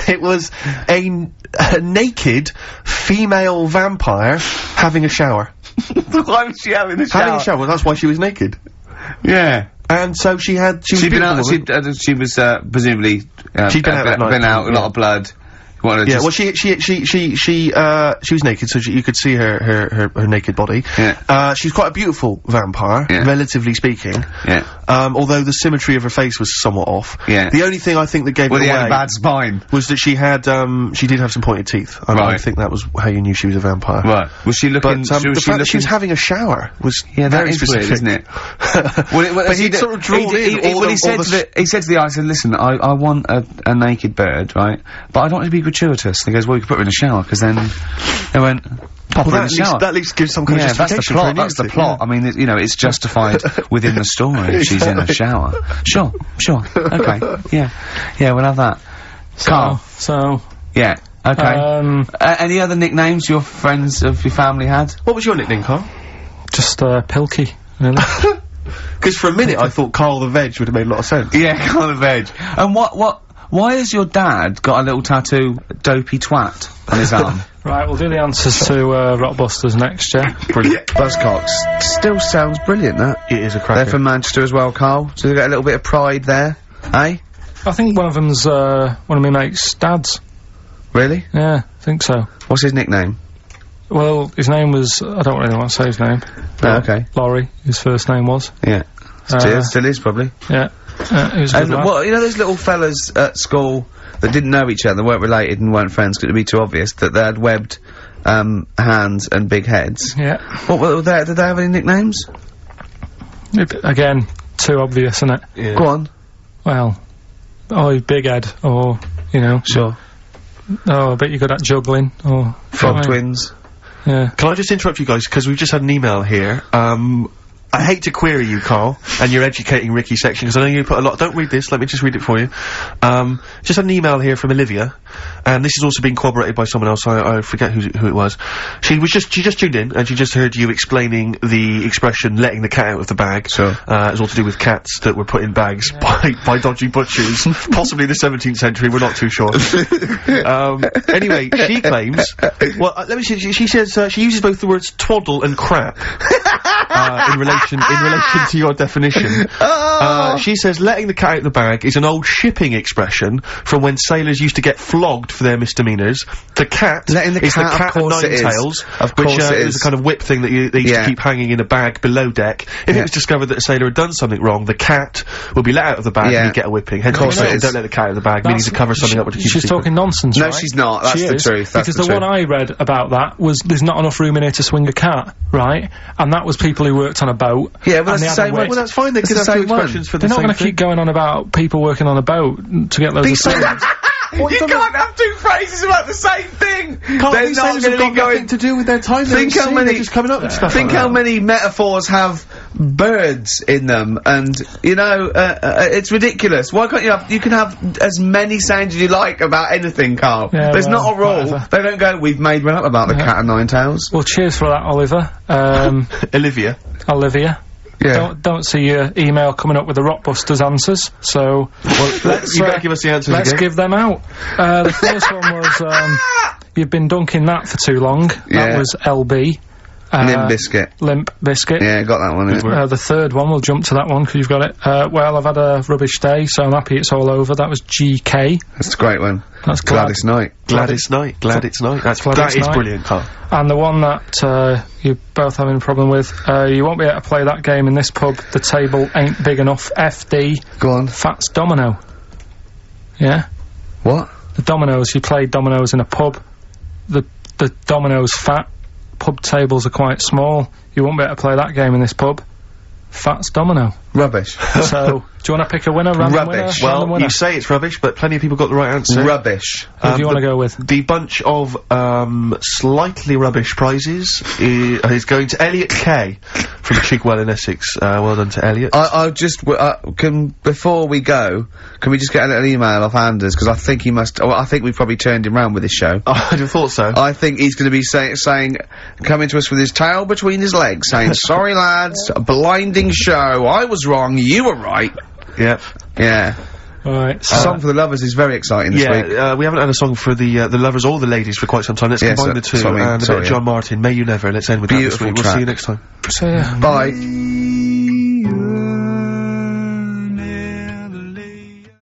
(laughs) it was a, n- a naked female vampire having a shower.
Why was she having a shower?
Having a shower. That's why she was naked.
Yeah.
And so she had... She was
She'd been
beautiful
out.
woman.
She'd, uh, she was uh, presumably. Uh,
She'd been
uh,
out at night,
been out, A lot of blood. Wanted to
Yeah,
just-
well, she she she she she uh she was naked, so she, you could see her her her, her naked body.
Yeah.
Uh, she's quite a beautiful vampire,
Yeah.
relatively speaking.
Yeah.
Um, although the symmetry of her face was somewhat off.
Yeah.
The only thing I think that gave
Well,
it
he
away
had a bad spine.
was that she had um she did have some pointed teeth. And I
Right.
think that was how you knew she was a vampire.
Right. Was she
But
looking?
um, the
was
fact that she was having a shower was
Yeah, that
very
is weird,
specific,
isn't
(laughs)
it?
well,
Well, it, well,
but
he
he
did-
sort of drawn
he,
in
he- he- well,
all the,
he said
all
to the, he said to the guy, I said, listen, I, I want a, a naked bird, right? But I don't want it to be gratuitous. And he goes, well, you can put her in a shower, because then they went, pop her
well,
in
that
the
at
shower.
least, that at least gives some kind
yeah,
of
that's the
justification for
plot.
any
That's the
exit,
plot.
yeah.
I mean, it, you know, it's (laughs) justified within the story. if She's in a shower. Sure, sure. Okay. Yeah. Yeah, we'll have that.
so,
Carl.
so
Yeah. Okay.
um,
Uh, any other nicknames your friends of your family had?
What was your nickname, Carl?
just uh, Pilkey.
(laughs)
Really.
Because for a minute I thought Carl the Veg would have made a lot of sense.
Yeah, (laughs) kind of edge. And what, what, why has your dad got a little tattoo, dopey twat, on his arm?
right, we'll do the answers to uh, Rockbusters next, yeah.
(laughs) brilliant. Buzzcocks. Still sounds brilliant, that.
It is a
They're
cracker.
from Manchester as well, Carl. So they got a little bit of pride there. Eh?
I think one of them's uh, one of my mates' dads.
Really?
Yeah, I think so.
What's his nickname?
Well, his name was I don't really want to say his name.
Oh, okay.
Laurie, his first name was.
Yeah. Still,
Uh,
still is, probably.
Yeah, uh, he was a good
And
lad.
what, you know those little fellas at school that didn't know each other, weren't related and weren't friends, 'cause it'd be too obvious, that they had webbed um, hands and big heads.
Yeah.
(laughs) What were they? Did they have any nicknames?
If- Again, too obvious, isn't it?
Yeah.
Go on.
Well, oh, you big head, or, you know,
Sure.
oh, I bet you're good at juggling, or...
Frog
Yeah.
twins.
Yeah.
Can I just interrupt you guys because we've just had an email here. Um, I hate to query you, Carl, and your educating Ricky section because I know you put a lot. Don't read this. Let me just read it for you. Um, just had an email here from Olivia, and this has also been corroborated by someone else. I, I forget who, who it was. She was just she just tuned in and she just heard you explaining the expression "letting the cat out of the bag."
Sure.
Uh, it's all to do with cats that were put in bags by, by dodgy (laughs) butchers, possibly the 17th century, we're not too sure. um, anyway,
(laughs)
she claims, well, uh, let me see, she, she says, uh, she uses both the words twaddle
(laughs)
and crap. uh, in relation, in relation to your definition,
Oh.
uh, she says letting the cat out of the bag is an old shipping expression from when sailors used to get flogged for their misdemeanours. The cat
Letting the
is
cat-
the
of
cat of
course it
nine
is.
tails,
Of
which
course
uh,
it
is a
is.
kind of whip thing that you, they used
Yeah.
to keep hanging in a bag below deck. If
Yeah.
it was discovered that a sailor had done something wrong, the cat would be let out of the bag
Yeah.
and he'd get a whipping. Hence,
Of
the
course it
expression,
is.
don't let the cat out of the bag, meaning
That's-
to cover something
she-
up to keep
She's
a secret.
talking nonsense,
No,
right?
she's not. That's
She
the
is,
truth. That's
because
the
the, one
truth.
I read about that was there's not enough room in here to swing a cat, right? And that was people who worked on a boat.
Yeah, well, that's
and
the
they had a
same one.
wit.
Well, that's fine. They
It's
could
the
have two
same one.
expressions for the
They're not
same
going to
thing.
keep going on about people working on a boat to get loads of sailors.
(laughs)
you can't have two phrases about the same thing. They're
these
not
sailors have
gonna be
got nothing
going
to do with their time. They
Think
don't
how
see,
many-
they're just coming up with stuff.
Think
like
how
that.
many metaphors have birds in them, and you know uh, uh, it's ridiculous. Why can't you have? You can have as many sounds as you like about anything, Carl.
Yeah,
There's
well,
not a rule.
whatever.
They don't go. We've made one up about the cat and nine tails.
well, cheers for that, Oliver.
(laughs)
Um,
(laughs) Olivia.
Olivia.
Yeah.
Don't, don't see your email coming up with the Rockbusters answers, so let's,
you
uh,
better give us the answers
let's
again.
give them out. Uh, the first one was, um, you've been dunking that for too long.
Yeah.
That was LB. Uh,
Limb biscuit.
Limp Biscuit.
Yeah, got that one.
Uh, the third one, we'll jump to that one because you've got it. Uh, well, I've had a rubbish day, so I'm happy it's all over. That was GK.
That's a great one.
That's
Gladys Knight.
Glad it's night. Glad it's night. That's
Glad
that
it's
is
night.
(laughs)
brilliant, Carl.
And the one that uh, you're both having a problem with, uh, you won't be able to play that game in this pub. The table ain't big enough. FD,
Go on.
Fats Domino. Yeah?
What?
The dominoes, you play dominoes in a pub. The the dominoes fat. Pub tables are quite small. You won't be able to play that game in this pub.
(laughs)
Fats Domino.
Rubbish.
so, do you want to pick a winner, random winner?
Rubbish.
random
Well,
winner?
you say it's rubbish, but plenty of people got the right answer.
Rubbish.
Who
Um,
do you want to
the-
go with?
The bunch of um, slightly rubbish prizes i- is going to Elliot Kay from Chigwell in Essex. Uh, well done to Elliot.
I, I'll just w- uh, can before we go, can we just get a little email off Anders because I think he must. Oh, I think we probably turned him round with this show.
(laughs) I'd have thought so.
I think he's going to be say- saying, coming to us with his tail between his legs, saying, sorry lads, a blinding show, I was wrong, you were right.
yeah.
Yeah.
Alright, so
Song for the Lovers is very exciting this week.
Yeah, uh, we haven't had a song for the uh, the lovers or the ladies for quite some time. Let's
Yes,
combine
uh,
the two
sorry,
and a bit
sorry,
of
yeah.
John Martin. May you never. Let's end with that this
Beautiful
week. We'll see you
track.
next time.
so, yeah.
Bye.